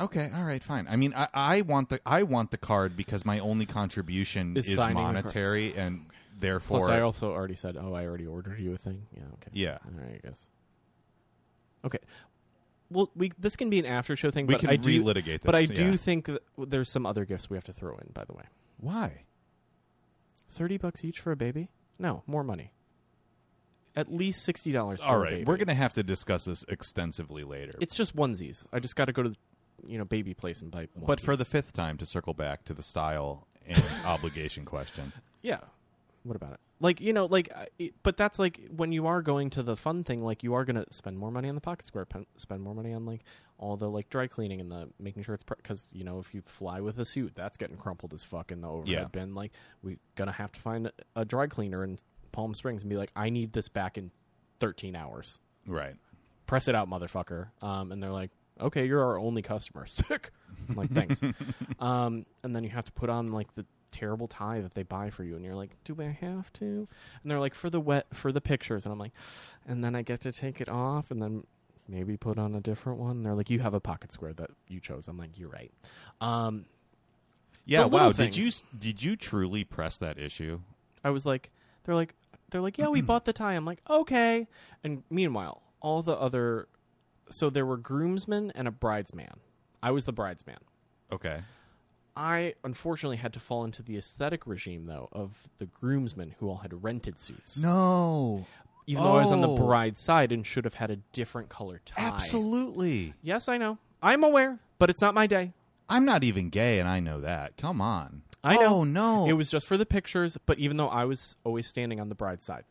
Okay, all right, fine. I mean, I, I want the I want the card because my only contribution Is is, signing the card. monetary, and therefore, Plus, I also already said, oh, I already ordered you a thing. Yeah, okay. yeah, All right, I guess. Okay. Well, we this can be an after show thing, we but can I do, relitigate this. but I yeah. do think that there's some other gifts we have to throw in. By the way, Why? thirty bucks each for a baby? No, more money. At least sixty dollars. All a right, baby. we're gonna have to discuss this extensively later. It's just onesies. I just got to go to the, you know, baby place and buy. Onesies. but for the fifth time, to circle back to the style and obligation question. yeah, what about it? Like you know, like, I, it- but that's like when you are going to the fun thing. Like you are gonna spend more money on the pocket square, pen, spend more money on like all the like dry cleaning and the making sure it's because you know if you fly with a suit, that's getting crumpled as fuck in the overhead Yeah. bin. Like we gonna have to find a, a dry cleaner in Palm Springs and be like, I need this back in thirteen hours. Right. press it out, motherfucker. Um, and they're like, okay, you're our only customer. Sick. I'm like, thanks. um, and then you have to put on like the terrible tie that they buy for you, and you're like, do I have to? And they're like, for the wet, for the pictures, and I'm like, and then I get to take it off, and then maybe put on a different one. And they're like, you have a pocket square that you chose. I'm like, you're right. Um, Yeah. The little Wow. Did you things. did you truly press that issue? I was like, they're like, they're like, yeah, we bought the tie. I'm like, okay. And meanwhile, all the other, so there were groomsmen and a bridesman. I was the bridesman. Okay. I unfortunately had to fall into the aesthetic regime though of the groomsmen who all had rented suits. No. Even though I was on the Oh. bride's side and should have had a different color tie. Absolutely. Yes, I know. I'm aware, but it's not my day. I'm not even gay, and I know that. Come on. I know. Oh no. It was just for the pictures, but even though I was always standing on the bride's side.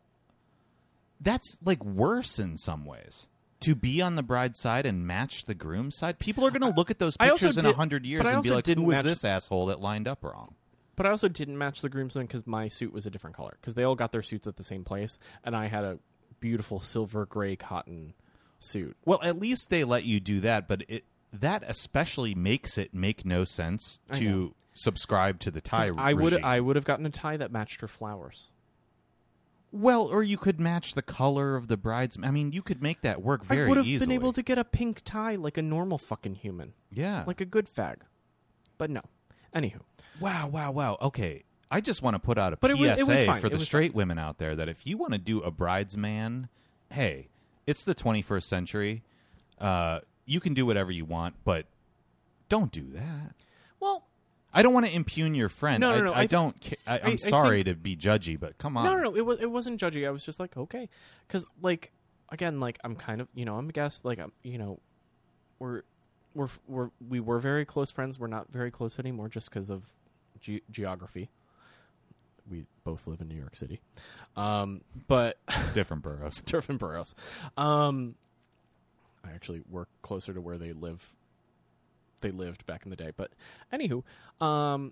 that's like worse in some ways. To be on the bride's side and match the groom's side, people are going to look at those I also pictures in did- a hundred years but I and be also like, didn't "Who was match- this asshole that lined up wrong?" But I also didn't match the groomsmen because my suit was a different color. Because they all got their suits at the same place, and I had a beautiful silver gray cotton suit. Well, at least they let you do that, but it that especially makes it make no sense I know. to subscribe to the tie. I would regime. I would have gotten a tie that matched her flowers. well, or you could match the color of the bride's. I mean, you could make that work very I would have easily. been able to get a pink tie like a normal fucking human, yeah. like a good fag. But no. Anywho, Wow, wow, wow. Okay. I just want to put out a But it PSA was- it was fine. for It the was straight women out there that if you want to do a bridesman, hey, it's the 21st century. Uh, you can do whatever you want, but don't do that. well, I don't want to impugn your friend. No, no, I, no, I, I- don't. Ca- I, I- I'm I sorry to be judgy, but come on. no, no, no. It was it wasn't judgy. I was just like, okay, because like again, like I'm kind of you know I'm a guest. Like I'm you know we're we're we're we were very close friends. We're not very close anymore just because of ge- geography. We both live in New York City, um, but Different boroughs. turf and burrows. Um, I actually work closer to where they live. They lived back in the day, but anywho, um,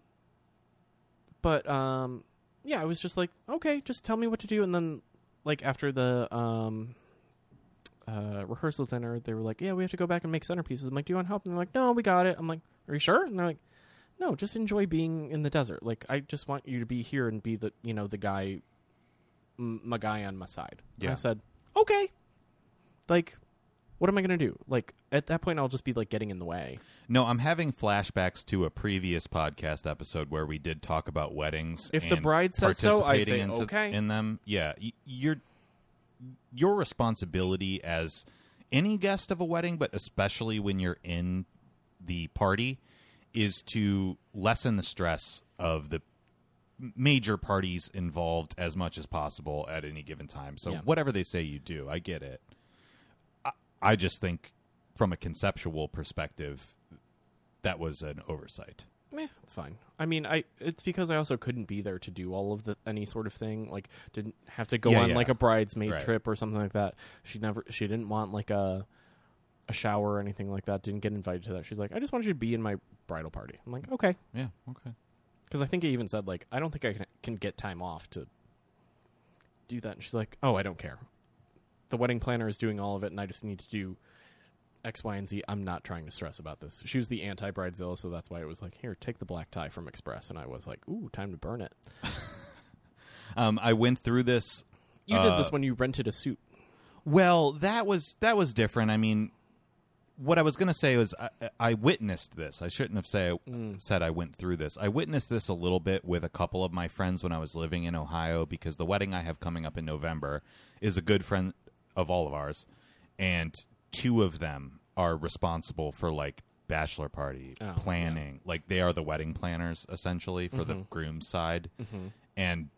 but um, yeah, I was just like, okay, just tell me what to do, and then like after the um. Uh, rehearsal dinner, they were like, "Yeah, we have to go back and make centerpieces." I'm like, "Do you want help?" And they're like, "No, we got it." I'm like, "Are you sure?" And they're like, No, just enjoy being in the desert. Like I just want you to be here and be the you know the guy, m- my guy on my side. And Yeah. I said okay. Like, what am I gonna do? Like at that point, I'll just be like getting in the way. No, I'm having flashbacks to a previous podcast episode where we did talk about weddings. If the and bride says so, I say participating into- okay. In them, yeah, y- your your responsibility as any guest of a wedding, but especially when you're in the party, is to lessen the stress of the major parties involved as much as possible at any given time. So Yeah. whatever they say, you do. I get it. I, I just think, from a conceptual perspective, that was an oversight. Meh, it's fine. I mean, I it's because I also couldn't be there to do all of the any sort of thing. Like, didn't have to go Yeah, on yeah. like a bridesmaid Right. trip or something like that. She never, she didn't want like a a shower or anything like that. Didn't get invited to that. She's like, I just want you to be in my bridal party. I'm like, okay, Yeah. Okay. because I think I even said like, I don't think I can, can get time off to do that. And she's like, Oh, I don't care. The wedding planner is doing all of it, and I just need to do X, Y, and Z. I'm not trying to stress about this. She was the anti bridezilla, so that's why it was like, Here, take the black tie from Express, and I was like, Ooh, time to burn it. Um, I went through this. You did Uh, this when you rented a suit. Well, that was that was different. I mean, what I was going to say was I, I witnessed this. I shouldn't have say Mm. said I went through this. I witnessed this a little bit with a couple of my friends when I was living in Ohio because the wedding I have coming up in November is a good friend of all of ours, and two of them are responsible for like bachelor party Oh, yeah. planning. Like they are the wedding planners essentially for Mm-hmm. the groom side, and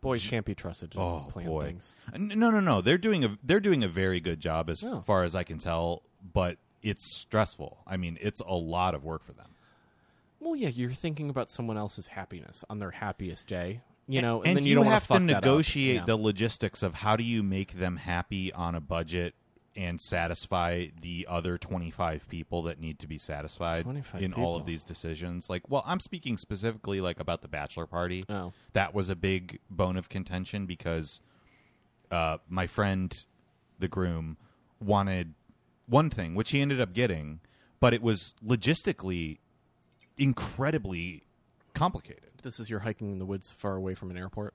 Boys can't be trusted to Oh plan boy! things. N- No, no, no. They're doing a they're doing a very good job as Oh. far as I can tell, but it's stressful. I mean, it's a lot of work for them. Well, yeah, you're thinking about someone else's happiness on their happiest day, you know, and, and then you, you, don't wanna have to fuck that up. negotiate Yeah. the logistics of how do you make them happy on a budget and satisfy the other 25 people that need to be satisfied 25 in all of people. these decisions like well i'm speaking specifically like about the bachelor party Oh. that was a big bone of contention because uh, my friend the groom wanted one thing which he ended up getting but it was logistically incredibly complicated This is your hiking in the woods far away from an airport.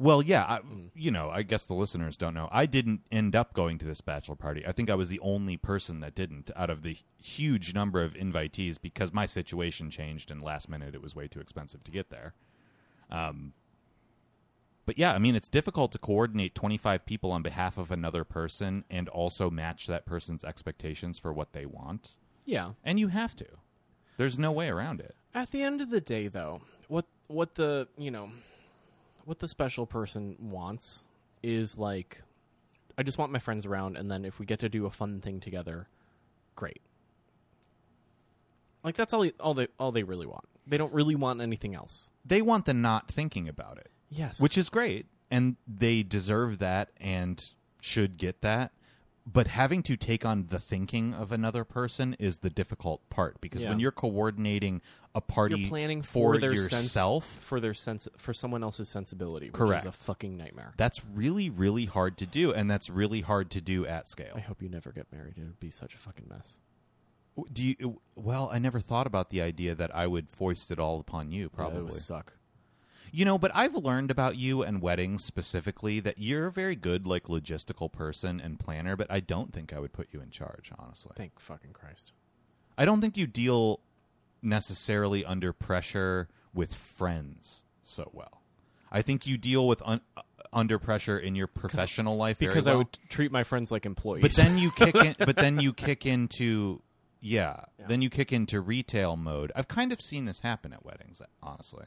Well, yeah, I, you know, I guess the listeners don't know. I didn't end up going to this bachelor party. I think I was the only person that didn't out of the huge number of invitees because my situation changed and last minute it was way too expensive to get there. Um, but yeah, I mean, it's difficult to coordinate 25 people on behalf of another person and also match that person's expectations for what they want. Yeah. And you have to. There's no way around it. At the end of the day, though, what what the you know, what the special person wants is like, I just want my friends around, and then if we get to do a fun thing together, great. Like that's all they, all they all they really want. They don't really want anything else. They want the not thinking about it. Yes, which is great and they deserve that and should get that but having to take on the thinking of another person is the difficult part because Yeah. when you're coordinating a party you're planning for, for, their yourself sense, for their sense for someone else's sensibility, which Correct. is a fucking nightmare. that's really really hard to do and that's really hard to do at I scale hope you never get married. It would be such a fucking mess. do you well i never thought about the idea that i would foist it all upon you Yeah, probably it would suck. You know, but I've learned about you and weddings specifically that you're a very good like logistical person and planner, but I don't think I would put you in charge, honestly. Thank fucking Christ. I don't think you deal necessarily under pressure with friends so well. I think you deal with un- uh, under pressure in your professional life very because I well. would treat my friends like employees. But then you kick in but then you kick into yeah, then you kick into retail mode. I've kind of seen this happen at weddings, honestly.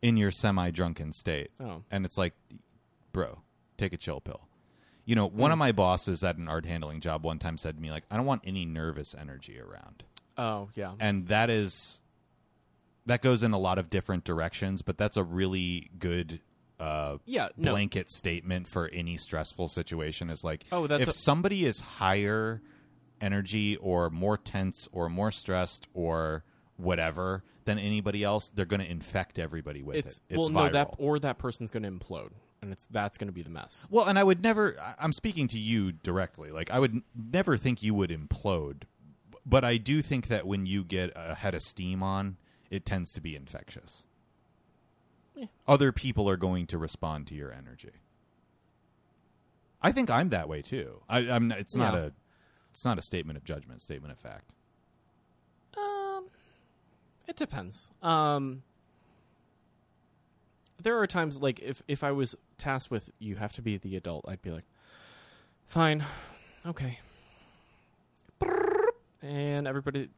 In your semi-drunken state. Oh. And it's like, bro, take a chill pill. You know, Mm. one of my bosses at an art handling job one time said to me like, "I don't want any nervous energy around." oh yeah, and that is that goes in a lot of different directions but that's a really good uh yeah. No, blanket statement for any stressful situation is like Oh, that's if a- somebody is higher energy or more tense or more stressed or whatever than anybody else they're going to infect everybody with it's, it it's well, viral no, that or that person's going to implode, and it's that's going to be the mess. well and i would never I- i'm speaking to you directly like i would n- never think you would implode but I do think that when you get a head of steam on, it tends to be infectious. Yeah. Other people are going to respond to your energy. I think I'm that way too. I, I'm. It's not Yeah. a. It's not a statement of judgment. Statement of fact. Um, it depends. Um, there are times like if if I was tasked with you have to be the adult, I'd be like, fine, okay, and everybody.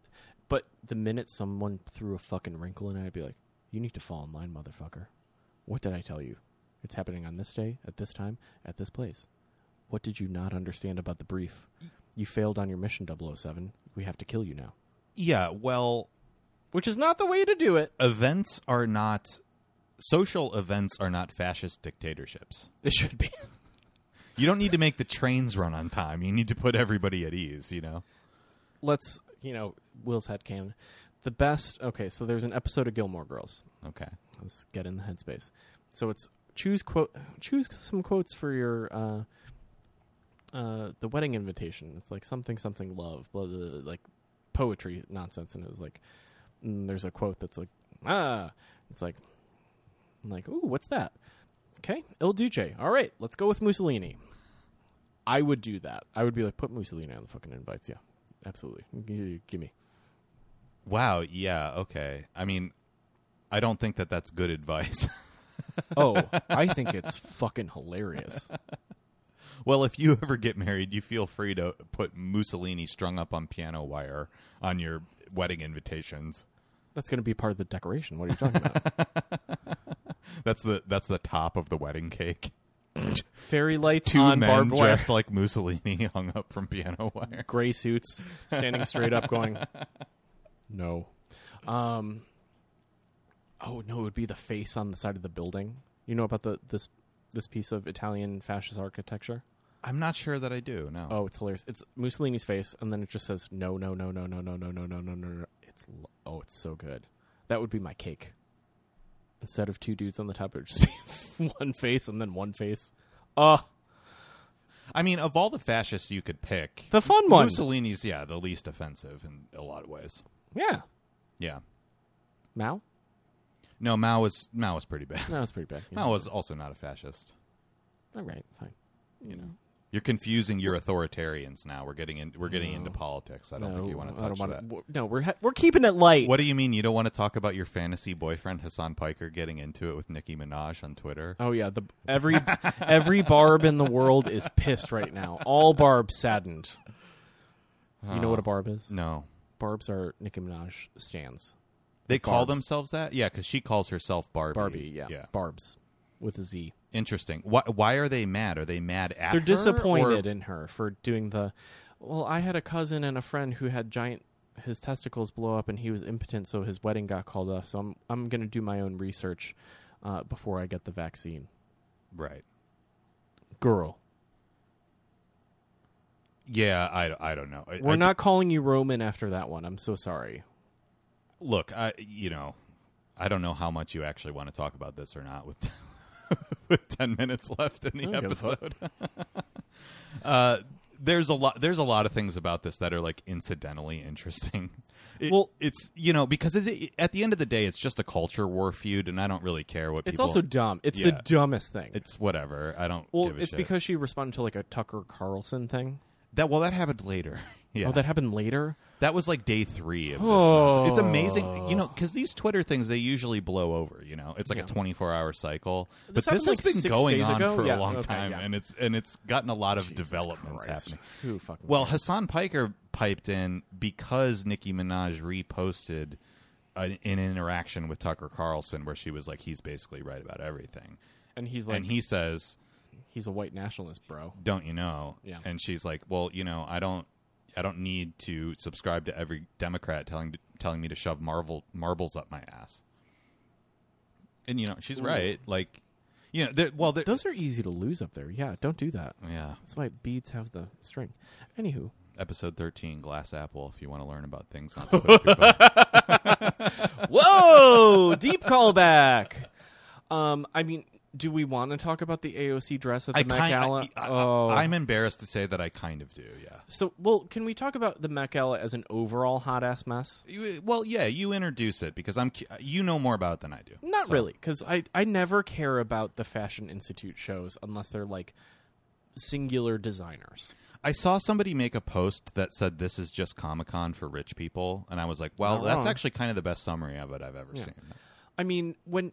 But the minute someone threw a fucking wrinkle in it, I'd be like, you need to fall in line, motherfucker. What did I tell you? It's happening on this day, at this time, at this place. What did you not understand about the brief? You failed on your mission 007. We have to kill you now Yeah. Well, which is not the way to do it. events are not. Social events are not fascist dictatorships. It should be. You don't need to make the trains run on time. You need to put everybody at ease. You know. Let's, you know, Will's head cannon. The best. Okay, so there's an episode of Gilmore Girls. Okay. Let's get in the headspace. So it's choose quote, choose some quotes for your uh, uh, the wedding invitation. It's like something something love, blah, blah, blah, like poetry nonsense, and it was like and there's a quote that's like ah, it's like I'm like ooh, what's that? Okay, Il Duce. All right, let's go with Mussolini. I would do that. I would be like, put Mussolini on the fucking invites. Yeah, absolutely. G- Give me. Wow. Yeah. Okay. I mean, I don't think that that's good advice. Oh, I think it's fucking hilarious. well, if you ever get married, you feel free to put Mussolini strung up on piano wire on your wedding invitations. That's going to be part of the decoration. What are you talking about? That's the that's the top of the wedding cake. fairy lights Two on men barbed wire, dressed like Mussolini hung up from piano wire. gray suits, standing straight up, going, "No." Um. Oh no! It would be the face on the side of the building. You know about the this this piece of Italian fascist architecture? I'm not sure that I do. No. Oh, it's hilarious! It's Mussolini's face, and then it just says, "No, no, no, no, no, no, no, no, no, no, no." no." It's l- oh, it's so good. That would be my cake. Instead of two dudes on the top, it would just be one face and then one face. Oh, I mean, of all the fascists you could pick, the fun one. Mussolini's yeah the least offensive in a lot of ways. Yeah, Yeah. Mao. No, Mao was Mao was pretty bad. That was pretty bad. yeah. Mao was also not a fascist. All right, fine. you know you're confusing your authoritarians now we're getting in we're getting into politics i don't think you want to I touch don't wanna- that w- No, we're ha- we're keeping it light. what do you mean you don't want to talk about your fantasy boyfriend hassan piker getting into it with nicki minaj on twitter Oh yeah, the every every barb in the world is pissed right now. All barb saddened. You know what a barb is? no Barbs are Nicki Minaj stands. they call Barbs. themselves that yeah because she calls herself barbie Barbie, yeah. Barbs with a Z. interesting why, why are they mad are they mad at They're her, disappointed or- in her for doing the Well, I had a cousin and a friend who had giant his testicles blow up and he was impotent so his wedding got called off. So I'm I'm going to do my own research uh, before I get the vaccine. right Girl. yeah i, I don't know I- We're I- not calling you Roman after that one. I'm so sorry. look i you know i don't know how much you actually want to talk about this or not with with 10 minutes left in I the don't give a fuck. episode Uh, there's a lot there's a lot of things about this that are like incidentally interesting. It- Well- it's you know because it, at the end of the day it's just a culture war feud and I don't really care what It's people also dumb. It's Yeah. the dumbest thing. it's whatever. I don't well, give a it's shit. because she responded to like a Tucker Carlson thing. that well that happened later. yeah. Oh, that happened later. That was like day three of this. Oh. It's amazing, you know, because these Twitter things they usually blow over. You know, it's like Yeah. a twenty-four hour cycle, but This this, happened, has like, been six going days on ago? for Yeah, a long okay, time, yeah. and it's and it's gotten a lot of Jesus developments Christ. happening. Who fucking? Well, cares? Hassan Piker piped in because Nicki Minaj reposted an, an interaction with Tucker Carlson where she was like, "He's basically right about everything," and he's like, and he says, he's a white nationalist, bro. "Don't you know?" Yeah. And she's like, "Well, you know, I don't, I don't need to subscribe to every Democrat telling telling me to shove marvel marbles up my ass." And you know, she's right. Like, you know, there- well, there- Those are easy to lose up there. Yeah, don't do that. yeah, That's why beads have the string. Anywho, episode thirteen, glass apple. If you want to learn about things, not to put up your butt. whoa, deep callback. Um, I mean, do we want to talk about the AOC dress at the I Met kind Gala? I, oh, I, am embarrassed to say that I kind of do. Yeah. so well, can we talk about the Met Gala as an overall hot ass mess? You, well, yeah. You introduce it because I'm. cu- You know more about it than I do. Not So- really, because I I never care about the Fashion Institute shows unless they're like singular designers. I saw somebody make a post that said this is just Comic Con for rich people, and I was like, well, Not that's wrong. actually kind of the best summary of it I've ever seen. I mean, when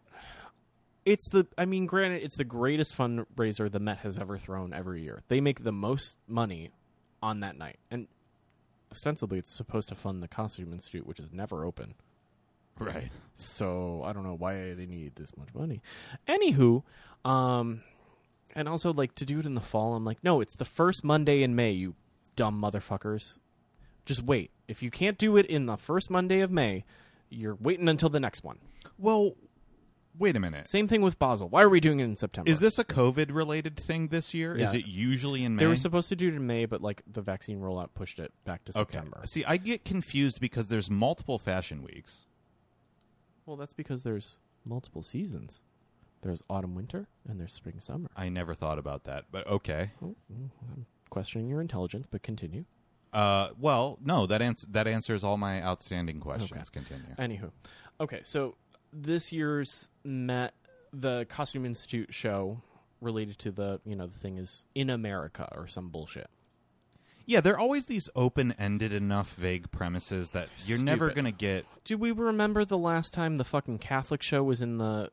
it's the I mean, granted, it's the greatest fundraiser the Met has ever thrown every year. They make the most money on that night, and ostensibly, it's supposed to fund the Costume Institute, which is never open. Right. So I don't know why they need this much money. Anywho, um, and also like to do it in the fall. I'm like, no, it's the first Monday in May. You dumb motherfuckers. Just wait. If you can't do it in the first Monday of May, you're waiting until the next one. Well, wait a minute. Same thing with Basel. Why are we doing it in September? Is this a COVID related thing this year? Is Yeah. it usually in May? they were supposed to do it in May, but like the vaccine rollout pushed it back to okay. September. See, I get confused because there's multiple fashion weeks. Well, that's because there's multiple seasons. There's autumn, winter, and there's spring, summer. I never thought about that, but okay. Hmm. Questioning your intelligence, but continue. Uh, well, no, that ans- that answers all my outstanding questions. Continue. Anywho, okay, so this year's Met, the Costume Institute show related to the you know the thing is in America or some bullshit. Yeah, there are always these open-ended enough vague premises that you're never Stupid. going to get Do we remember the last time the fucking Catholic show was in the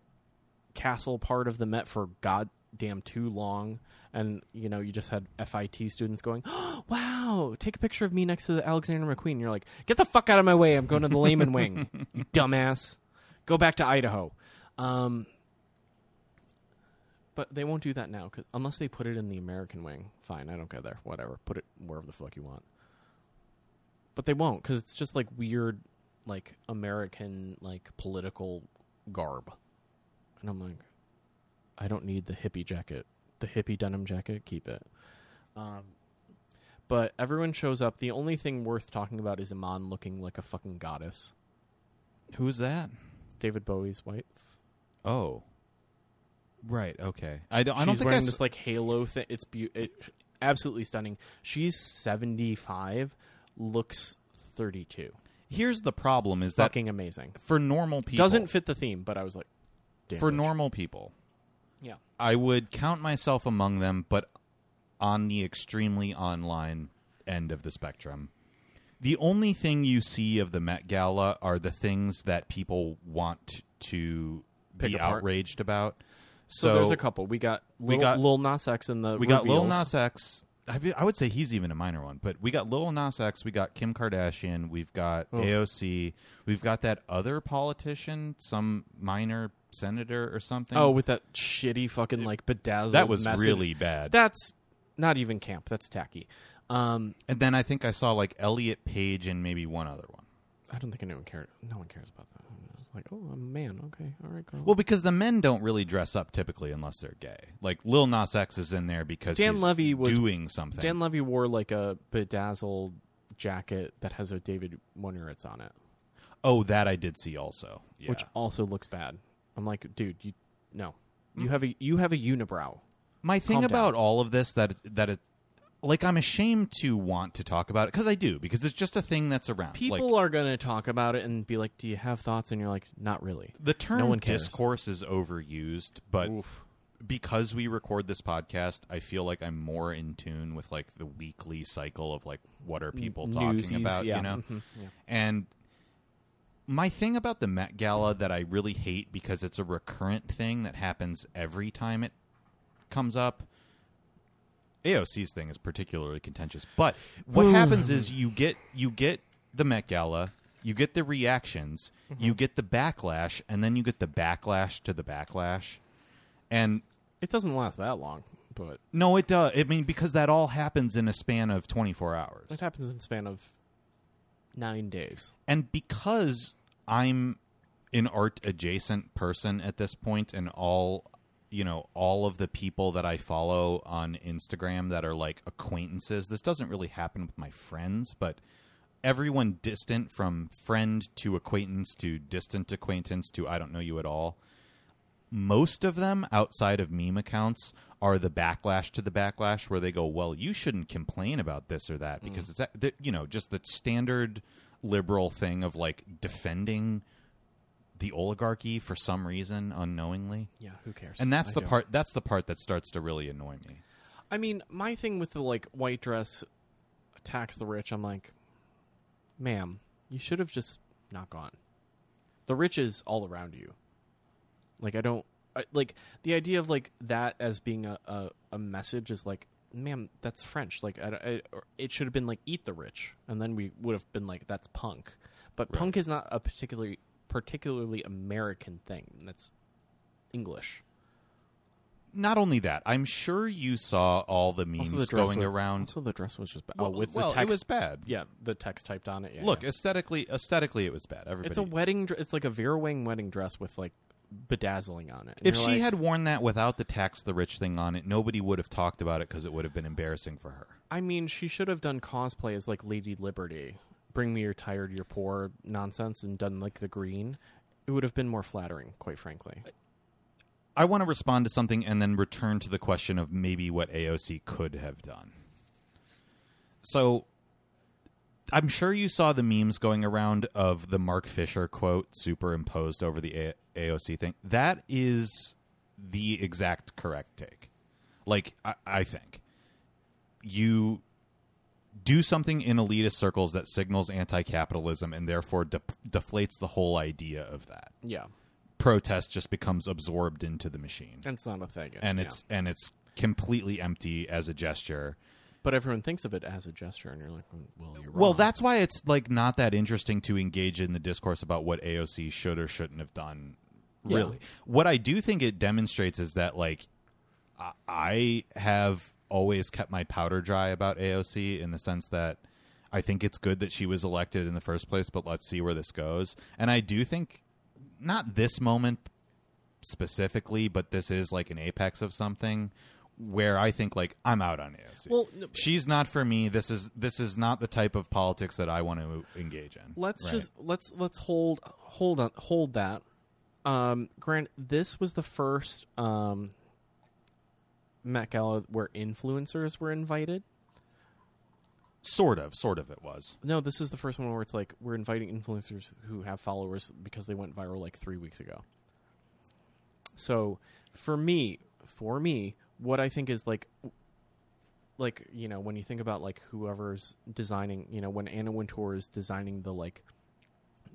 castle part of the Met for goddamn too long? And you know you just had FIT students going, oh, "Wow, take a picture of me next to the Alexander McQueen." You're like, "Get the fuck out of my way! I'm going to the Lehman Wing, you dumbass. Go back to Idaho." Um, But they won't do that now, 'cause- unless they put it in the American wing. Fine, I don't go there. Whatever, put it wherever the fuck you want. But they won't because it's just like weird, like American, like political garb. And I'm like, I don't need the hippie jacket, the hippie denim jacket. Keep it. Um, but everyone shows up. The only thing worth talking about is Iman looking like a fucking goddess. Who's that? David Bowie's wife. Oh. Right, okay. I don't I don't She's think I wearing s- this like halo thing. It's be- it, absolutely stunning. She's 75, looks 32. Here's the problem is that Fucking amazing. for normal people Doesn't fit the theme, but I was like, damn for bitch. normal people, Yeah. I would count myself among them but on the extremely online end of the spectrum. The only thing you see of the Met Gala are the things that people want to Pick be apart. outraged about. So, So, there's a couple. We got Lil, got- Lil Nas X in the We got Lil reveals. Nas X. I, be- I would say he's even a minor one, but we got Lil Nas X, we got Kim Kardashian, we've got Oh. AOC, we've got that other politician, some minor senator or something. Oh, with that shitty fucking like bedazzled. that was message. really bad. That's not even camp. That's tacky. Um, and then I think I saw like Elliot Page and maybe one other one. I don't think anyone cared. No one cares about that. I was like, oh, I'm a man. Okay, all right, cool. Well, because the men don't really dress up typically unless they're gay. Like Lil Nas X is in there because Dan he's Levy was- doing something. Dan Levy wore like a bedazzled jacket that has a David Wonderitz on it, oh, that I did see also. Yeah. which also looks bad. I'm like, dude, you no, you have a you have a unibrow. my thing Calm about all of this that that it like I'm ashamed to want to talk about it because I do because it's just a thing that's around. People like, are gonna talk about it and be like, do you have thoughts? And you're like, not really. the term no one cares. discourse is overused, but Oof. because we record this podcast, I feel like I'm more in tune with like the weekly cycle of like what are people talking Newsies, about, yeah. you know? Mhm, yeah. And my thing about the Met Gala that I really hate because it's a recurrent thing that happens every time it comes up. AOC's thing is particularly contentious, but what happens is you get you get the Met Gala, you get the reactions, you get the backlash, and then you get the backlash to the backlash. And It doesn't last that long, but no, it does. I mean, because that all happens in a span of 24 hours. it happens in the span of nine days. and because I'm an art adjacent person at this point, and all you know, all of the people that I follow on Instagram that are like acquaintances. This doesn't really happen with my friends, but everyone distant from friend to acquaintance to distant acquaintance to I don't know you at all. most of them outside of meme accounts are the backlash to the backlash where they go well you shouldn't complain about this or that Mm. because it's a- the- you know just the standard liberal thing of like defending the oligarchy for some reason unknowingly Yeah, who cares? and that's I the do. part that's the part that starts to really annoy me I mean, my thing with the like white dress attacks the rich, I'm like, ma'am, you should have just not gone. The rich is all around you. Like I don't I, like the idea of like that as being a, a, a message is like, ma'am, that's French. Like I, I- or it should have been like eat the rich, and then we would have been like that's punk. But punk is not a particularly particularly American thing. That's English. not only that i'm sure you saw all the memes Also, the dress going was, around Also, the dress was just bad. Well, oh, with well, the text it was bad yeah, the text typed on it. Yeah, look yeah. aesthetically aesthetically it was bad everybody it's a wedding. dr- It's like a Vera Wang wedding dress with like bedazzling on it. And If you're she like, had worn that without the tax the rich thing on it, nobody would have talked about it because it would have been embarrassing for her. I mean, she should have done cosplay as like Lady Liberty, bring me your tired, your poor nonsense, and done like the green. It would have been more flattering, quite frankly. I want to respond to something and then return to the question of maybe what AOC could have done. So I'm sure you saw the memes going around of the Mark Fisher quote superimposed over the A- AOC thing. That is the exact correct take. Like, I, I think you do something in elitist circles that signals anti capitalism and therefore de- deflates the whole idea of that. Yeah, Protest just becomes absorbed into the machine and it's not a thing. and yeah. it's and it's completely empty as a gesture. but everyone thinks of it as a gesture, and you're like, well, you're wrong. Well, that's why it's like not that interesting to engage in the discourse about what AOC should or shouldn't have done. Yeah. Really, what I do think it demonstrates is that like I- I have always kept my powder dry about AOC in the sense that I think it's good that she was elected in the first place, but let's see where this goes. And I do think not this moment specifically, but this is like an apex of something where I think like I'm out on AOC. Well, no- she's not for me. This is this is not the type of politics that I want to engage in. let's Right. just let's let's hold hold on hold that um grant this was the first um met gala where influencers were invited sort of sort of it was. no this is the first one where it's like we're inviting influencers who have followers because they went viral like three weeks ago so for me for me what i think is like like you know when you think about like whoever's designing you know when anna wintour is designing the like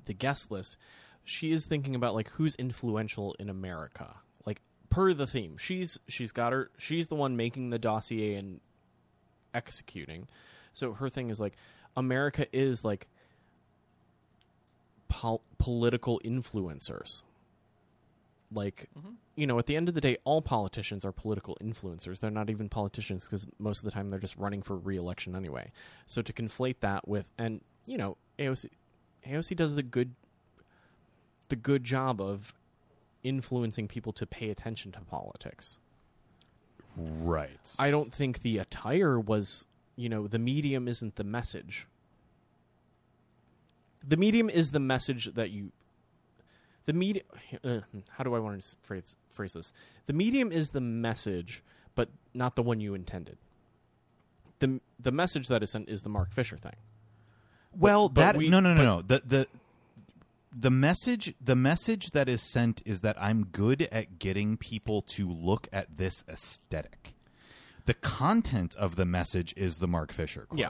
the guest list, she is thinking about like who's influential in America. Like per the theme, she's she's got her she's the one making the dossier and executing. So her thing is like America is like pol- political influencers. Like you know, at the end of the day, all politicians are political influencers. They're not even politicians because most of the time they're just running for re-election anyway. So to conflate that with and you know AOC AOC does the good the good job of influencing people to pay attention to politics. Right. I don't think the attire was, you know, the medium isn't the message. The medium is the message that you the medium uh, how do I want to s- phrase phrase this? The medium is the message, but not the one you intended. The the message that is sent is the Mark Fisher thing. well, but that we- no no no no the the the message the message that is sent is that I'm good at getting people to look at this aesthetic. The content of the message is the Mark Fisher quote, Yeah.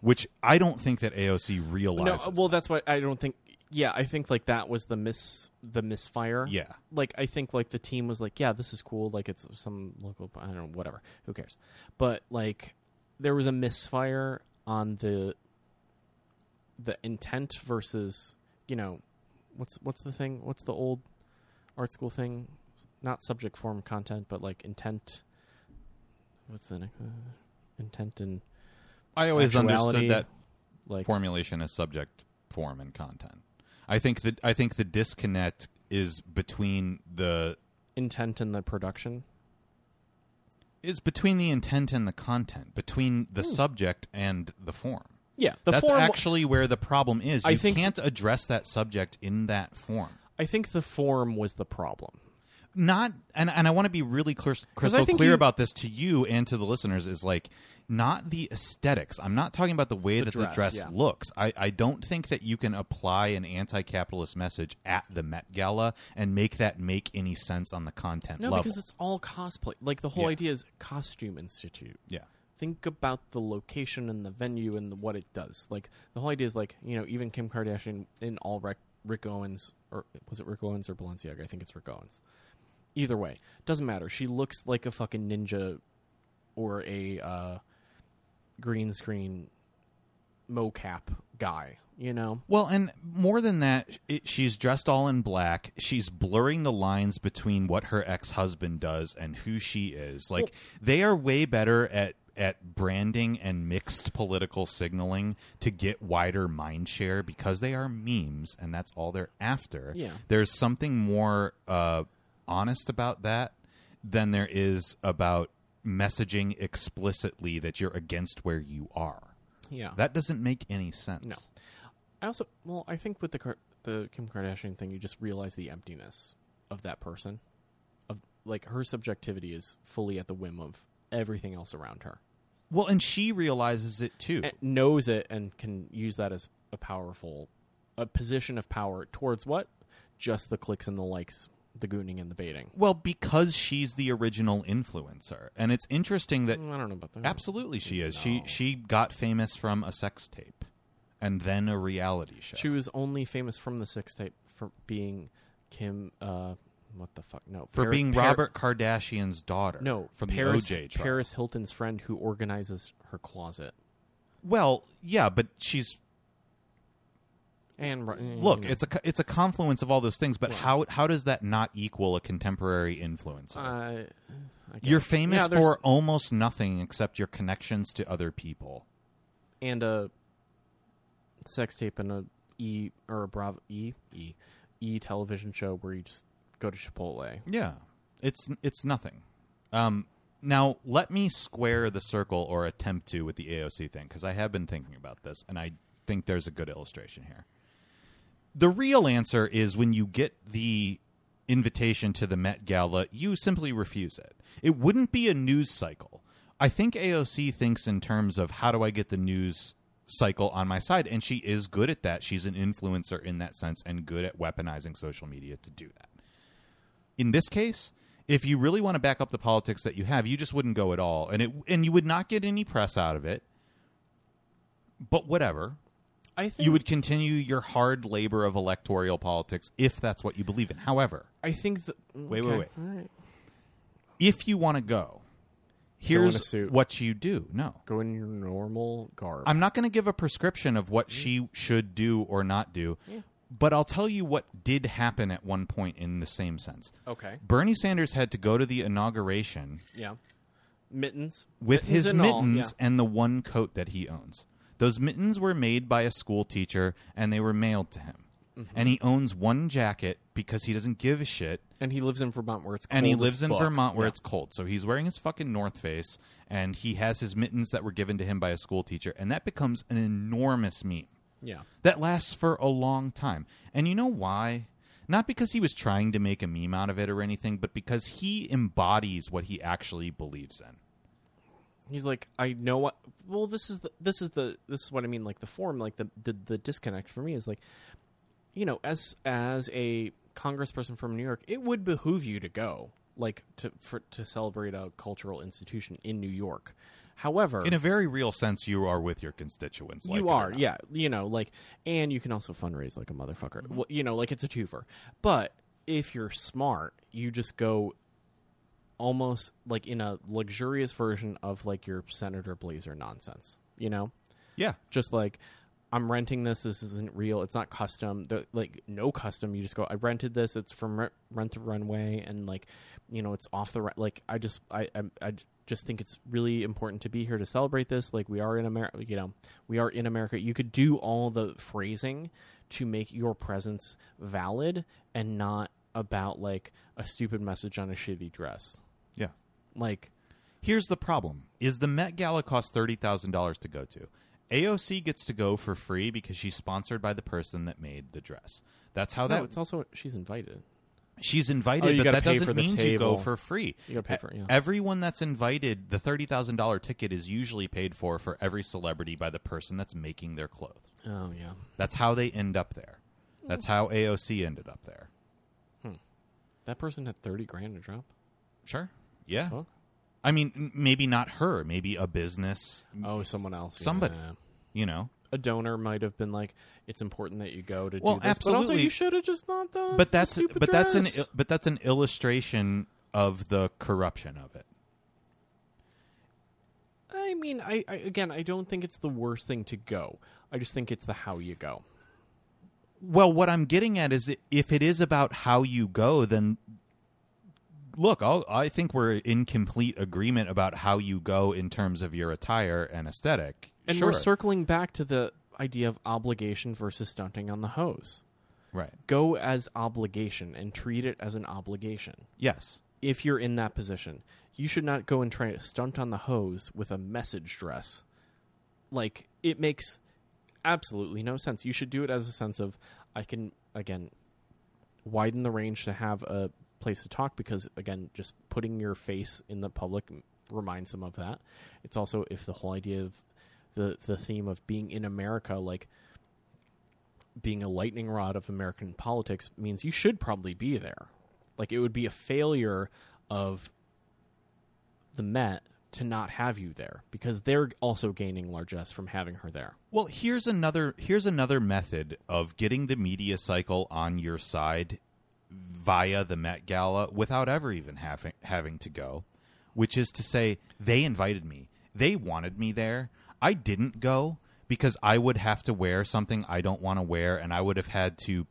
which I don't think that AOC realizes. No, well, that's why I don't think. Yeah, I think like that was the miss the misfire. Yeah. like I think like the team was like, yeah, this is cool. Like it's some local, I don't know, whatever. Who cares? But like, there was a misfire on the the intent versus you know, what's what's the thing? What's the old art school thing? Not subject form content, but like intent. What's the next? Uh, intent and I always actuality, understood that like formulation is subject form and content. I think that I think the disconnect is between the intent and the production. is between the intent and the content, between the subject and the form. Yeah, Hmm. the That's form. actually where the problem is. You I think- can't address that subject in that form. I think the form was the problem. not and, and i want to be really clear, crystal think clear you- about this to you and to the listeners is like not the aesthetics i'm not talking about the way that the dress, dress yeah. looks I, I don't think that you can apply an anti-capitalist message at the met gala and make that make any sense on the content No, level because it's all cosplay. Like the whole Yeah. idea is costume institute. yeah Think about the location and the venue and the, what it does. Like the whole idea is like you know even Kim Kardashian in all Rick, Rick Owens or was it Rick Owens or Balenciaga? I think it's Rick Owens. Either way, doesn't matter. She looks like a fucking ninja or a uh, green screen mocap guy. You know. Well, and more than that, it, she's dressed all in black. She's blurring the lines between what her ex husband does and who she is. Like they are way better at at branding and mixed political signaling to get wider mind share because they are memes and that's all they're after. Yeah. There's something more uh, honest about that than there is about messaging explicitly that you're against where you are. Yeah. That doesn't make any sense. No. I also well, I think with the Kar- the Kim Kardashian thing, you just realize the emptiness of that person. Of like her subjectivity is fully at the whim of everything else around her. Well, and she realizes it too. And knows it and can use that as a powerful a position of power towards what? Just the clicks and the likes, the gooning and the baiting. well, because she's the original influencer, and it's interesting that Mm, I don't know about that. absolutely she is. She she got famous from a sex tape, and then a reality show. She was only famous from the sex tape for being Kim uh what the fuck? No. for Par- being Par- Robert Kardashian's daughter. No, from Paris, the OJ trial. Paris Hilton's friend who organizes her closet. Well, yeah, but she's And ru- look. you know. It's a co- it's a confluence of all those things. But how how does that not equal a contemporary influencer? Uh, I You're guess. famous Yeah, there's- for almost nothing except your connections to other people. and a sex tape and a e or a Bravo e e e television show where you just go to Chipotle. Yeah, it's it's nothing. Um, now let me square the circle or attempt to with the AOC thing because I have been thinking about this and I think there's a good illustration here. The real answer is when you get the invitation to the Met Gala, you simply refuse it. It wouldn't be a news cycle. I think AOC thinks in terms of how do I get the news cycle on my side and she is good at that. She's an influencer in that sense and good at weaponizing social media to do that in this case if you really want to back up the politics that you have you just wouldn't go at all and it and you would not get any press out of it but whatever I think you would continue your hard labor of electoral politics if that's what you believe in however I think. The, Wait, Mm, okay, wait, wait. All right. if you want to go in a here's suit. what you do no Go in your normal garb. i'm not going to give a prescription of what she should do or not do but i'll tell you what did happen at one point in the same sense okay. bernie sanders had to go to the inauguration Yeah. Mittens with mittens his and all, mittens yeah. and the one coat that he owns. Those mittens were made by a school teacher and they were mailed to him. Mm-hmm. And he owns one jacket because he doesn't give a shit. And he lives in Vermont where it's cold And he as lives in fuck. Vermont where Yeah. it's cold. So he's wearing his fucking North Face and he has his mittens that were given to him by a school teacher. And that becomes an enormous meme yeah. that lasts for a long time. And you know why? Not because he was trying to make a meme out of it or anything, but because he embodies what he actually believes in. He's like, I know what. Well, this is the this is the this is what I mean. Like the form, like the the, the disconnect for me is like, you know, as as a congressperson from New York, it would behoove you to go, like to for to celebrate a cultural institution in New York. However, in a very real sense, you are with your constituents. like it you or are not. yeah you know like and you can also fundraise like a motherfucker well, you know like it's a twofer but if you're smart you just go almost like in a luxurious version of like your senator blazer nonsense you know yeah. just like I'm renting this. This isn't real. It's not custom. The, like no custom. You just go. I rented this. It's from Re- Rent the Runway, and like, you know, it's off the re- like. I just I, I I just think it's really important to be here to celebrate this. Like we are in America. You know, we are in America. You could do all the phrasing to make your presence valid and not about like a stupid message on a shitty dress. yeah, Like Here's the problem: is the Met Gala costs thirty thousand dollars to go to? AOC gets to go for free because she's sponsored by the person Oh, that made the dress. That's how no, that. it's also she's invited. She's Oh, invited, you but gotta that pay doesn't for the mean you go table. for free. You gotta pay for it, yeah. Everyone that's invited, the thirty thousand dollar ticket is usually paid for for every celebrity by the person that's making their clothes. Oh yeah. That's how they end up there. That's Hmm. how AOC ended up there. That person had thirty grand to drop. Sure. Yeah. Fuck. I mean, m- maybe not her. Maybe a business. Oh, someone else. Somebody. yeah. You know. A donor might have been like, "It's important that you go to Well, do this," but also absolutely. you should have just not done. But that's the stupid but that's an dress. il- but that's an illustration of the corruption of it. I mean, I, I again, I don't think it's the worst thing to go. I just think it's the how you go. Well, what I'm getting at is i- if it is about how you go, then look, I'll, I think we're in complete agreement about how you go in terms of your attire and aesthetic. And sure. we're circling back to the idea of obligation versus stunting on the hose. right. Go as obligation and treat it as an obligation. Yes. If you're in that position, you should not go and try to stunt on the hose with a message dress. Like it makes absolutely no sense. You should do it as a sense of I can again widen the range to have a place to talk because again just putting your face in the public m- reminds them of that it's also if the whole idea of the the theme of being in america like being a lightning rod of american politics means you should probably be there like it would be a failure of the met to not have you there because they're also gaining largesse from having her there Well, here's another here's another method of getting the media cycle on your side via the Met Gala without ever even having having to go, which is to say they invited me. They wanted me there. I didn't go because I would have to wear something I don't want to wear and I would have had to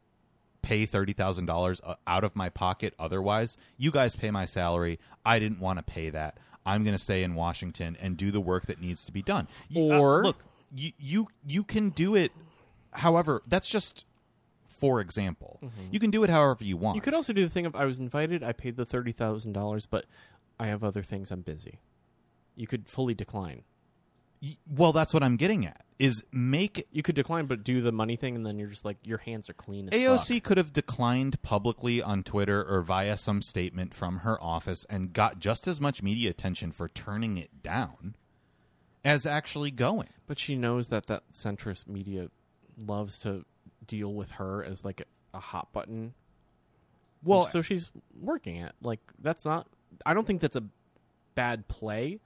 pay $30,000 o- uh, out of my pocket otherwise. You guys pay my salary. I didn't want to pay that. I'm going to stay in Washington and do the work that needs to be done. You- uh, Or- look, you you you can do it however that's just for example you can do it however you want You could also do the thing of I was invited, I paid the thirty thousand dollars, but I have other things. I'm busy. You could fully decline. Y- well that's what i'm getting at is make You could decline, but do the money thing, and then you're just like your hands are clean. As aoc fuck. could have declined publicly on twitter or via some statement from her office and got just as much media attention for turning it down as actually going but she knows that that centrist media loves to deal with her as like a, a hot button. Well- so she's working it. Like that's not. I don't think that's a bad play.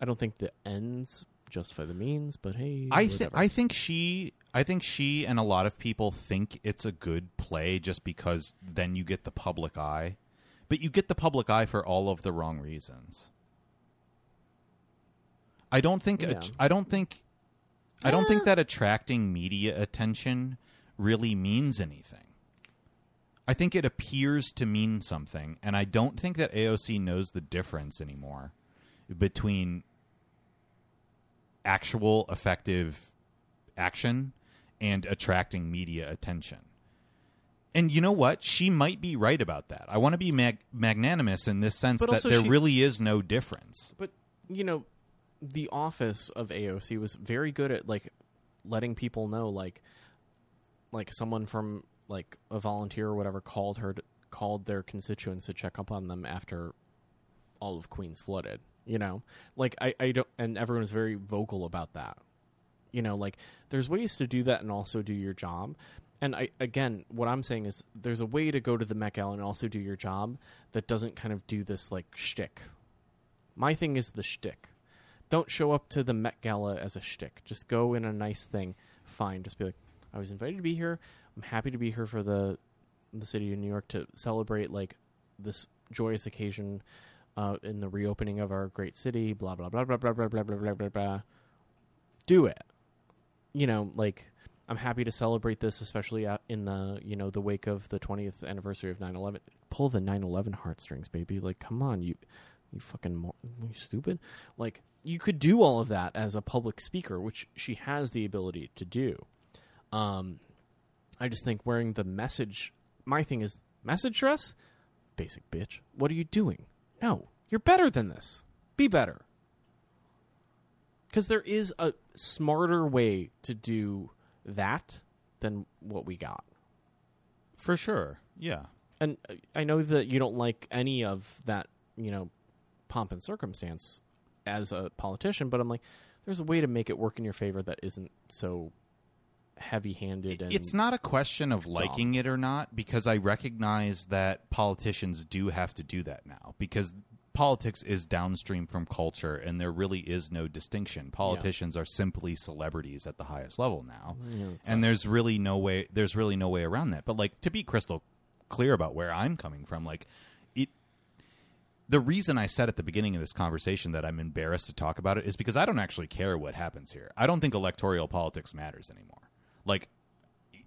I don't think the ends justify the means, but hey, I th- whatever. I think she I think she and a lot of people think it's a good play just because then you get the public eye. But you get the public eye for all of the wrong reasons. I don't think Yeah. I don't think I don't think that attracting media attention really means anything. I think it appears to mean something, and I don't think that AOC knows the difference anymore between actual effective action and attracting media attention. And you know what? She might be right about that. I want to be mag- magnanimous in this sense But that also there she- really is no difference. but you know the office of AOC was very good at like letting people know like like someone from like a volunteer or whatever called her to, called their constituents to check up on them after all of Queens flooded you know like I I don't and everyone was very vocal about that you know like there's ways to do that and also do your job and I, again, what I'm saying is there's a way to go to the Met Gala and also do your job that doesn't kind of do this like shtick my thing is the shtick. Don't show up to the Met Gala as a shtick. Just go in a nice thing. Fine. Just be like, I was invited to be here. I'm happy to be here for the the city of New York to celebrate like this joyous occasion uh, in the reopening of our great city. Blah blah blah blah blah blah blah blah blah blah. blah. Do it. You know, like I'm happy to celebrate this, especially out in the you know the wake of the 20th anniversary of 9/11. Pull the 9/11 heartstrings, baby. Like, come on, you you fucking mor- you stupid like you could do all of that as a public speaker which she has the ability to do um i just think wearing the message my thing is message dress basic bitch what are you doing no you're better than this be better because there is a smarter way to do that than what we got For sure. Yeah. and uh, I know that you don't like any of that, you know, pomp and circumstance as a politician, but I'm like, there's a way to make it work in your favor that isn't so heavy-handed. And It's not a question of liking it or not because I recognize that politicians do have to do that now because politics is downstream from culture and there really is no distinction. Politicians are simply celebrities at the highest level now. and there's really no way there's really no way around that. But like to be crystal clear about where I'm coming from like it the reason I said at the beginning of this conversation that I'm embarrassed to talk about it is because I don't actually care what happens here. I don't think electoral politics matters anymore. Like,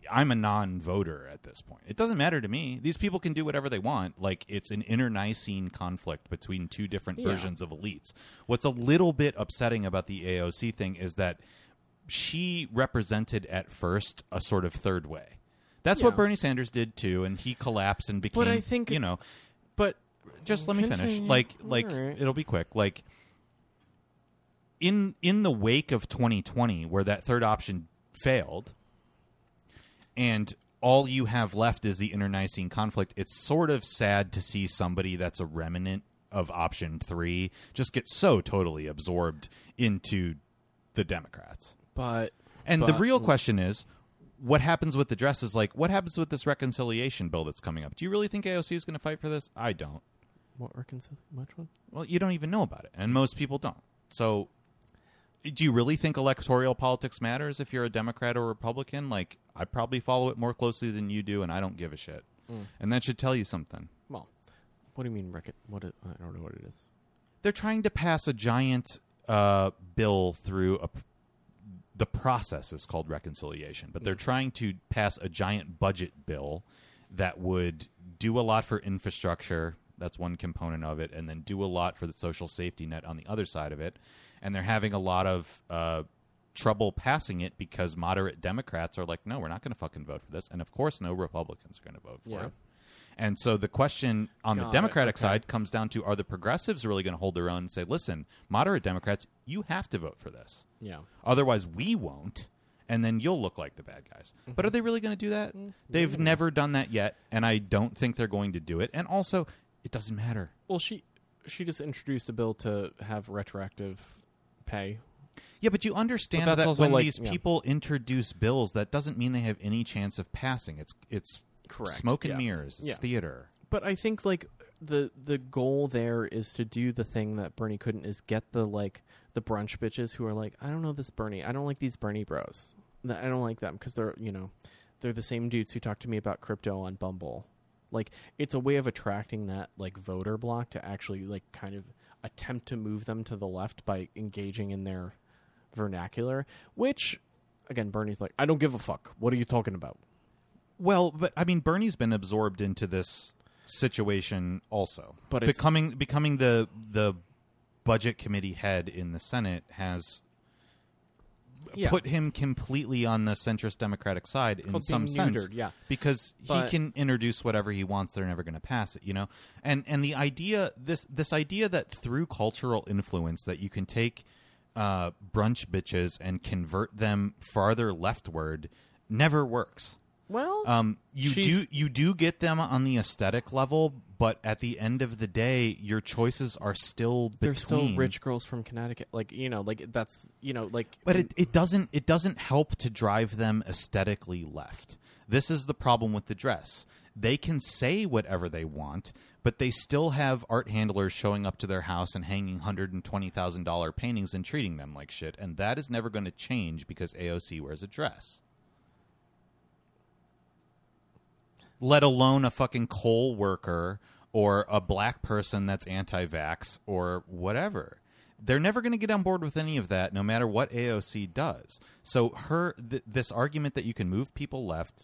I'm a non voter at this point. It doesn't matter to me. These people can do whatever they want. Like, it's an internecine conflict between two different Yeah. versions of elites. What's a little bit upsetting about the AOC thing is that she represented at first a sort of third way. That's what Yeah. Bernie Sanders did too, and he collapsed and became. But I think- you know, but just let me finish. Continue. Like like Alright. it'll be quick. Like in in the wake of 2020 where that third option failed and all you have left is the internecine conflict, it's sort of sad to see somebody that's a remnant of option 3 just get so totally absorbed into the Democrats. but And the But- real question is what happens with the dress is like what happens with this reconciliation bill that's coming up? Do you really think AOC is going to fight for this? I don't. what reconcil? Which one? Well, you don't even know about it, and most people don't. So, do you really think electoral politics matters if you're a Democrat or Republican? Like, I probably follow it more closely than you do, and I don't give a shit. And that should tell you something. Well, what do you mean recon? What it, I don't know what it is. They're trying to pass a giant uh, bill through a. The process is called reconciliation, but they're trying to pass a giant budget bill that would do a lot for infrastructure. That's one component of it, and then do a lot for the social safety net on the other side of it. And they're having a lot of uh, trouble passing it because moderate Democrats are like, no, we're not going to fucking vote for this. And of course, no Republicans are going to vote for Yeah. it. And so the question on Got the it, Democratic okay. side comes down to are the progressives really going to hold their own and say, listen, moderate Democrats, you have to vote for this. Yeah. Otherwise, we won't, and then you'll look like the bad guys. Mm-hmm. But are they really going to do that? They've never done that yet, and I don't think they're going to do it. And also, it doesn't matter. Well, she she just introduced a bill to have retroactive pay. Yeah, but you understand But that's that also when like- these yeah. people introduce bills, that doesn't mean they have any chance of passing. It's it's Correct, smoke and yeah. mirrors. It's Yeah. theater. But I think like the the goal there is to do the thing that Bernie couldn't is get the like the brunch bitches who are like I don't know this Bernie I don't like these Bernie bros Th- I don't like them because they're you know they're the same dudes who talk to me about crypto on Bumble like it's a way of attracting that like voter block to actually like kind of attempt to move them to the left by engaging in their vernacular which again Bernie's like I don't give a fuck what are you talking about Well, but I mean, Bernie's been absorbed into this situation also. But it's- becoming becoming the the budget committee head in the Senate has Yeah. put him completely on the centrist Democratic side in called some being sense. neutered, yeah. because But- he can introduce whatever he wants; they're never going to pass it, you know. And and the idea this this idea that through cultural influence that you can take uh, brunch bitches and convert them farther leftward never works. well Um, you She's- do you do get them on the aesthetic level, but at the end of the day, your choices are still between. they're still rich girls from Connecticut. Like you know, like that's you know, like But it, it doesn't it doesn't help to drive them aesthetically left. This is the problem with the dress. They can say whatever they want, but they still have art handlers showing up to their house and hanging hundred and twenty thousand dollar paintings and treating them like shit, and that is never going to change because AOC wears a dress. Let alone a fucking coal worker or a black person that's anti-vax or whatever. They're never going to get on board with any of that, no matter what AOC does. So her th- this argument that you can move people left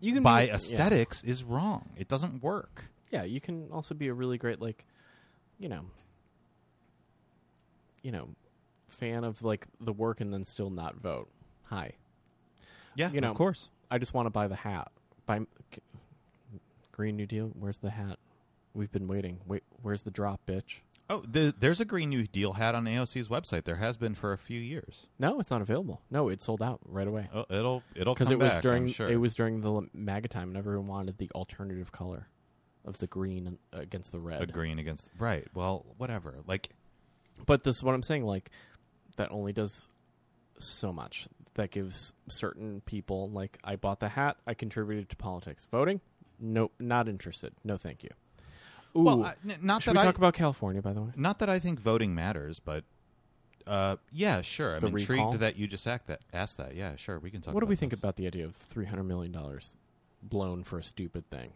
you can by be- aesthetics is wrong. It doesn't work. Yeah. yeah, you can also be a really great like, you know, you know, fan of like the work and then still not vote. Hi, Yeah, You know, of course. I just want to buy the hat. Buy g- Green New Deal. Where's the hat? We've been waiting. Wait, where's the drop, bitch? Oh, the, there's a Green New Deal hat on AOC's website. There has been for a few years. No, it's not available. No, it sold out right away Oh, it'll it'll because come it was back, during I'm sure. it was during the l- MAGA time, and everyone wanted the alternative color of the green and- uh, against the red. a green against right. Well, whatever. Like But this, what I'm saying, like that only does so much. That gives certain people, like I bought the hat, I contributed to politics, voting. Nope, not interested. No, thank you. Ooh, well, I, n- not should that we I talk about California, by the way? not that I think voting matters, but uh, yeah, sure. I'm The intrigued recall? that you just act that asked that. Yeah, sure. We can talk. What do about we think this. about the idea of three hundred million dollars blown for a stupid thing?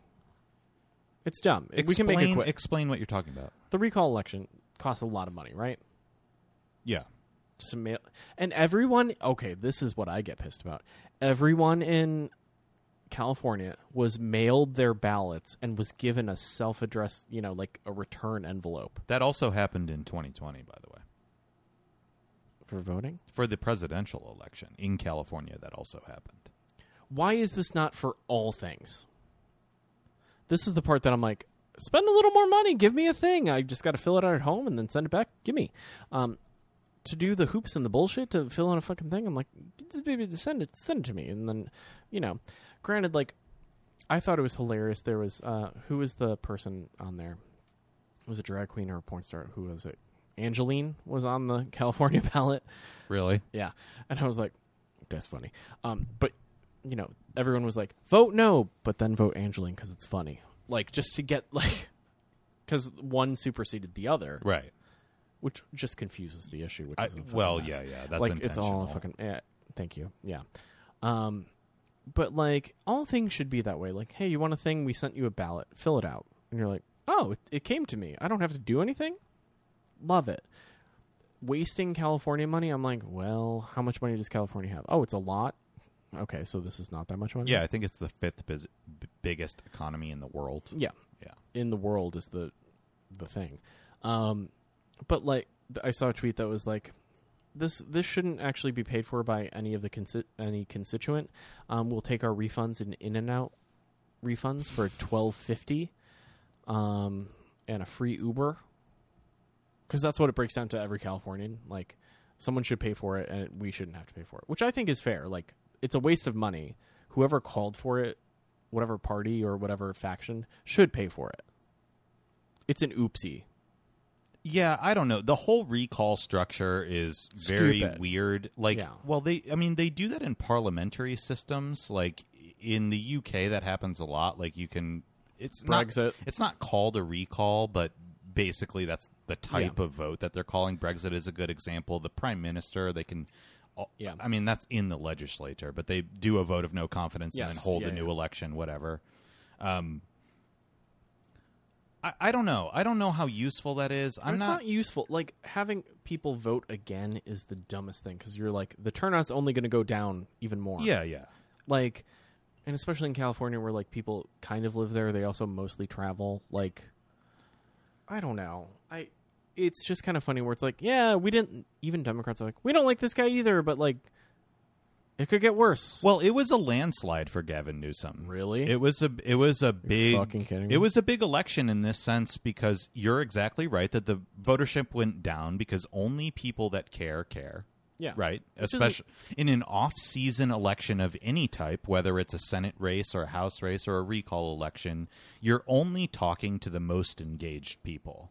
It's dumb. Explain, we can make it quick. Explain what you're talking about. the recall election costs a lot of money, right? Yeah. Just a mail- and everyone. Okay, this is what I get pissed about. Everyone in California was mailed their ballots and was given a self-addressed, you know, like a return envelope That also happened in 2020, by the way, for voting. for the presidential election in California. That also happened. Why is this not for all things? This is the part that I'm like, spend a little more money, give me a thing. I just got to fill it out at home and then send it back. Give me. Um, to do the hoops and the bullshit to fill in a fucking thing, I'm like, just maybe just send it, send it to me, and then, you know, granted, like, I thought it was hilarious. There was uh, who was the person on there? It was a drag queen or a porn star? Who was it? Angeline was on the California ballot. Really? Yeah. And I was like, that's funny. Um, but, you know, everyone was like, vote no, but then vote Angeline because it's funny. Like, just to get, like, because one superseded the other, Right. which just confuses the issue. Which I- is a fucking well, mess. yeah, yeah. That's like, it's intentional. all a fucking. Yeah, thank you. Yeah. Um, but, like, all things should be that way. Like, hey, you want a thing? We sent you a ballot. Fill it out. And you're like, oh, it, it came to me. I don't have to do anything. Love it wasting California money, I'm like, well, how much money does California have? Oh, it's a lot. Okay, so this is not that much money. Yeah, I think it's the fifth bus- b- biggest economy in the world. yeah. Yeah. In the world is the the thing. Um, but like, th- I saw a tweet that was like, this this shouldn't actually be paid for by any of the consi- any constituent. Um, we'll take our refunds in in and out refunds for twelve fifty, um, and a free Uber. Because that's what it breaks down to every Californian. Like, someone should pay for it, and we shouldn't have to pay for it, which I think is fair. Like, it's a waste of money. Whoever called for it, whatever party or whatever faction, should pay for it. It's an oopsie. Yeah, I don't know. The whole recall structure is very Stupid. weird. Like, Yeah. well, they, I mean, they do that in parliamentary systems. Like in the UK, that happens a lot. Like you can, it's Brexit. Not, it's not called a recall, but basically that's the type of vote that they're calling. Brexit is a good example. The prime minister, they can. uh, Yeah. I mean that's in the legislature, but they do a vote of no confidence and Yes, then hold yeah, a new yeah. election, whatever. Um, I, I don't know. I don't know how useful that is. I'm it's not, not, useful. Like having people vote again is the dumbest thing because you're like the turnout's only going to go down even more. Yeah, yeah. Like, and especially in California where like people kind of live there, they also mostly travel. Like, I don't know. I it's just kind of funny where it's like, yeah, we didn't. Even Democrats are like, we don't like this guy either, but like, it could get worse. Well, it was a landslide for Gavin Newsom. Really? It was a it was a big fucking kidding me? It was a big election in this sense because you're exactly right that the votership went down because only people that care care. yeah, Right, Which isn't- especially in an off-season election of any type, whether it's a Senate race or a House race or a recall election, you're only talking to the most engaged people.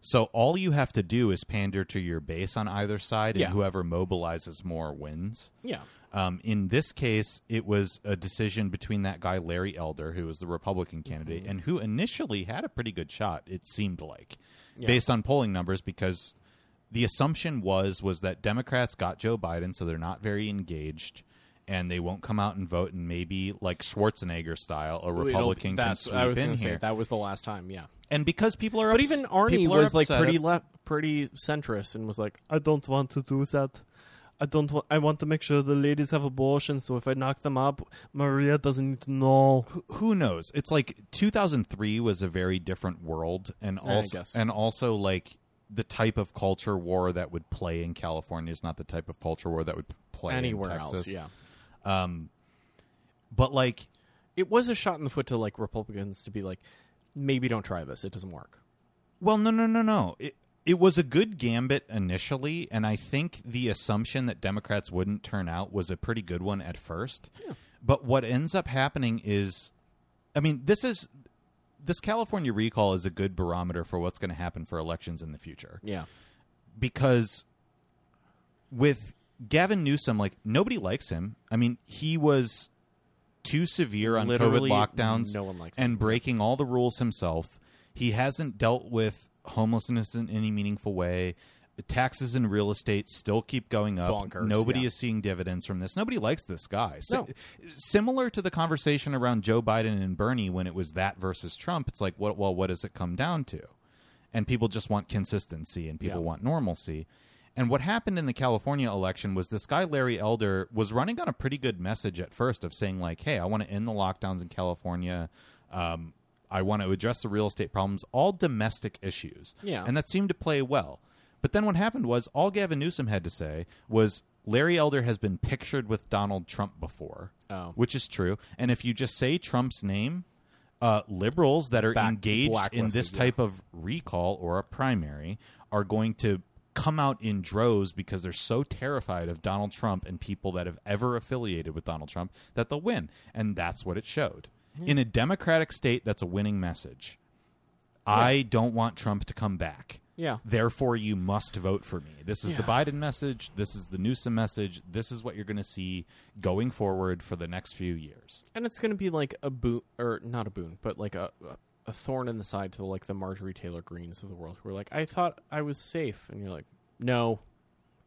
So all you have to do is pander to your base on either side, and Yeah. whoever mobilizes more wins. Yeah, Um, in this case, it was a decision between that guy Larry Elder, who was the Republican candidate, Mm-hmm. and who initially had a pretty good shot. It seemed like, based on polling numbers, because the assumption was was that Democrats got Joe Biden, so they're not very engaged, and they won't come out and vote. And maybe like Schwarzenegger style, a Republican can oh, That's sweep I was in gonna here. say that was the last time. Yeah. And because people are, But ups- even Arnie people are was like upset pretty ab- left, pretty centrist, and was like, I don't want to do that. I don't want. I want to make sure the ladies have abortions. So if I knock them up, Maria doesn't need to know. who knows? It's like 2003 was a very different world, and I also guess. and also like the type of culture war that would play in California is not the type of culture war that would play anywhere in else. Texas. Yeah, But like, it was a shot in the foot to like Republicans to be like, maybe don't try this; it doesn't work. well, no, no, no, no. It, it was a good gambit initially, and I think the assumption that Democrats wouldn't turn out was a pretty good one at first. But what ends up happening is, I mean, this is this California recall is a good barometer for what's going to happen for elections in the future Yeah. because with Gavin Newsom, like nobody likes him. I mean, he was too severe on Literally, COVID lockdowns no one likes and him. breaking all the rules himself. He hasn't dealt with homelessness in any meaningful way. Taxes and real estate still keep going up. Bonkers, Nobody yeah. is seeing dividends from this. Nobody likes this guy. Si- No. Similar to the conversation around Joe Biden and Bernie when it was that versus Trump, it's like, what, well, what does it come down to? And people just want consistency and people Yeah. want normalcy. And what happened in the California election was this guy, Larry Elder, was running on a pretty good message at first of saying, like, hey, I want to end the lockdowns in California. Um, I want to address the real estate problems, all domestic issues. Yeah. And that seemed to play well. But then what happened was all Gavin Newsom had to say was Larry Elder has been pictured with Donald Trump before, Oh. which is true. And if you just say Trump's name, uh, liberals that are Back- engaged in this blacklisted, yeah. type of recall or a primary are going to come out in droves because they're so terrified of Donald Trump and people that have ever affiliated with Donald Trump that they'll win. And that's what it showed. In a democratic state, that's a winning message. I don't want Trump to come back. Yeah. Therefore, you must vote for me. This is the Yeah. Biden message. This is the Newsom message. This is what you're going to see going forward for the next few years. And it's going to be like a boon, or not a boon, but like a, a a thorn in the side to like the Marjorie Taylor Greens of the world, who are like, I thought I was safe, and you're like, no.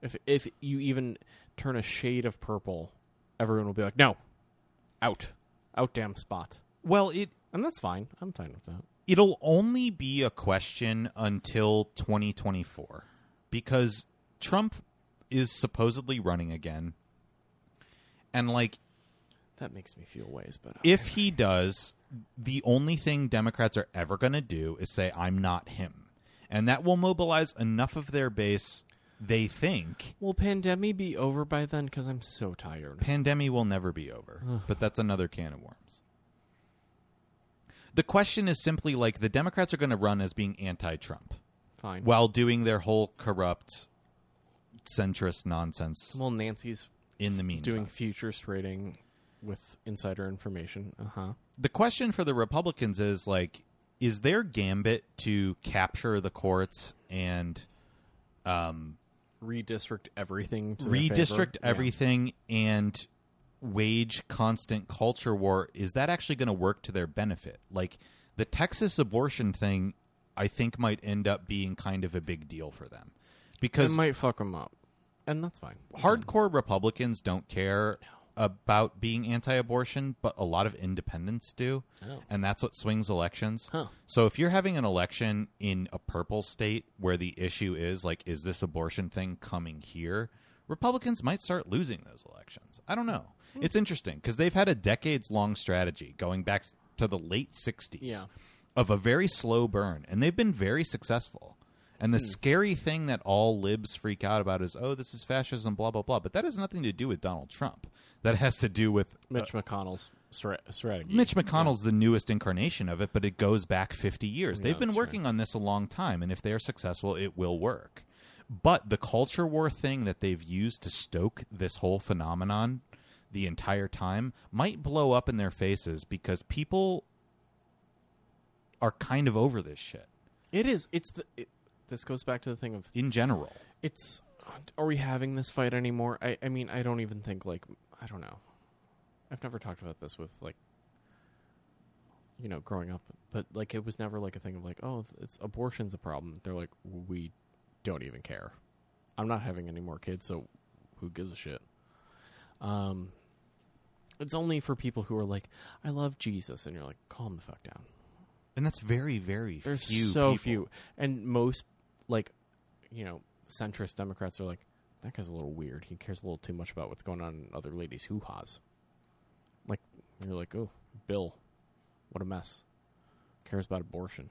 If if you even turn a shade of purple, everyone will be like, no, out, out, damn spot, Well, it and that's fine. I'm fine with that. it'll only be a question until 2024 because Trump is supposedly running again. And like That makes me feel ways, but if he does, the only thing Democrats are ever going to do is say, I'm not him. And that will mobilize enough of their base, they think. will pandemic be over by then? Because I'm so tired. Pandemic will never be over, but that's another can of worms. The question is simply like the Democrats are going to run as being anti Trump Fine. while doing their whole corrupt, centrist nonsense well, Nancy's in the meantime. doing futures trading with insider information. Uh huh. the question for the Republicans is like, is their gambit to capture the courts and um, Redistrict everything. To their favor? redistrict Yeah. everything and wage constant culture war? Is that actually going to work to their benefit? Like the Texas abortion thing, I think might end up being kind of a big deal for them It because might fuck them up, and that's fine. hardcore Republicans don't care about being anti-abortion, but a lot of independents do, Oh. and that's what swings elections. Huh. So if you're having an election in a purple state where the issue is like, is this abortion thing coming here? Republicans might start losing those elections. I don't know. It's interesting because they've had a decades-long strategy going back s- to the late '60s Yeah. of a very slow burn, and they've been very successful. And the scary thing that all libs freak out about is, oh, this is fascism, blah blah blah. But that has nothing to do with Donald Trump. That has to do with Mitch McConnell's stra- strategy. Mitch McConnell's the newest incarnation of it, but it goes back 50 years. They've been Oh, that's working on this a long time, and if they are successful, it will work. But the culture war thing that they've used to stoke this whole phenomenon the entire time might blow up in their faces because people are kind of over this shit It is. It's the. It, this goes back to the thing of in general. it's. Are we having this fight anymore? I. I mean, I don't even think like I don't know. I've never talked about this with like. You know, growing up, but like it was never like a thing of like, oh, it's abortion's a problem. They're like, we don't even care. I'm not having any more kids, so who gives a shit? Um, it's only for people who are like, I love Jesus, and you're like, calm the fuck down. And that's very, very There's few. so people. few, and most like you know centrist Democrats are like that guy's a little weird. He cares a little too much about what's going on in other ladies' hoo ha's. Like you're like, oh, Bill, what a mess. Cares about abortion.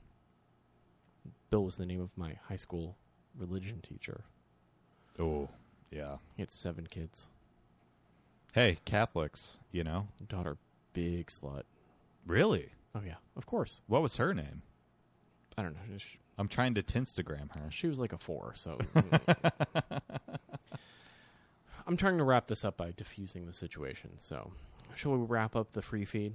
Bill was the name of my high school religion teacher. Oh, yeah. He had seven kids. Hey, Catholics, you know? Daughter, big slut. Really? Oh yeah, of course. What was her name? I don't know. Just I'm trying to Tinstagram her. She was like a four, so. I'm trying to wrap this up by diffusing the situation. So, shall we wrap up the free feed?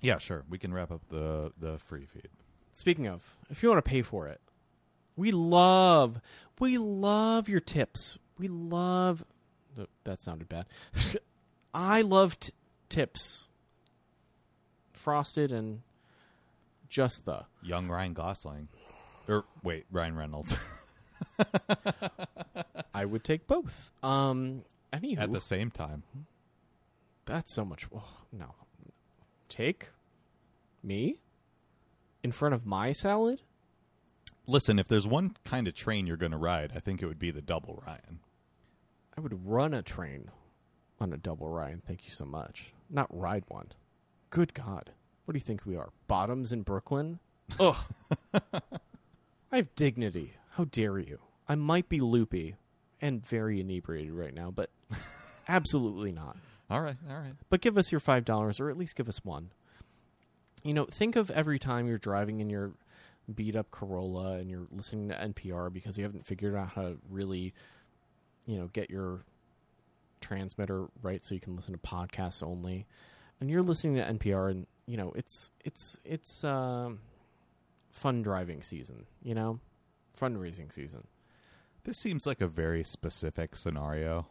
Yeah, sure. We can wrap up the the free feed. Speaking of, if you want to pay for it, we love, we love your tips. We love. th- That sounded bad. I love t- tips. Frosted and just the. Young Ryan Gosling, or wait, Ryan Reynolds I would take both. Um, anywho, at the same time. that's so much. Oh, no, take me in front of my salad. Listen, if there's one kind of train you're going to ride, I think it would be the double Ryan. I would run a train on a double ride. Thank you so much. Not ride one. Good God. What do you think we are? Bottoms in Brooklyn? Ugh. I have dignity. How dare you? I might be loopy and very inebriated right now, but absolutely not. All right, all right. But give us your $5 or at least give us one. You know, think of every time you're driving in your beat up Corolla and you're listening to NPR because you haven't figured out how to really, you know, get your transmitter right so you can listen to podcasts only. And you're listening to NPR and, you know, it's it's it's um fun driving season, you know? Fundraising season. This seems like a very specific scenario.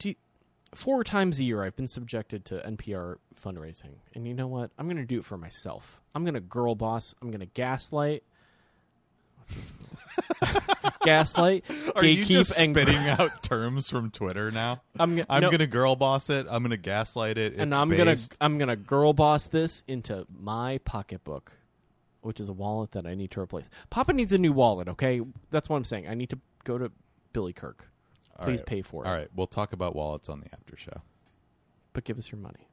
do you- four times a year I've been subjected to NPR fundraising. And you know what? I'm going to do it for myself. I'm going to girl boss. I'm going to gaslight. gaslight, Are you gatekeep, just and spitting out terms from Twitter now? I'm, g- I'm no, gonna girl boss it. I'm gonna gaslight it. It's and I'm based- gonna I'm gonna girl boss this into my pocketbook, which is a wallet that I need to replace. Papa needs a new wallet. Okay, that's what I'm saying. I need to go to Billy Kirk. All Please right. pay for it, All right, we'll talk about wallets on the after show. but give us your money.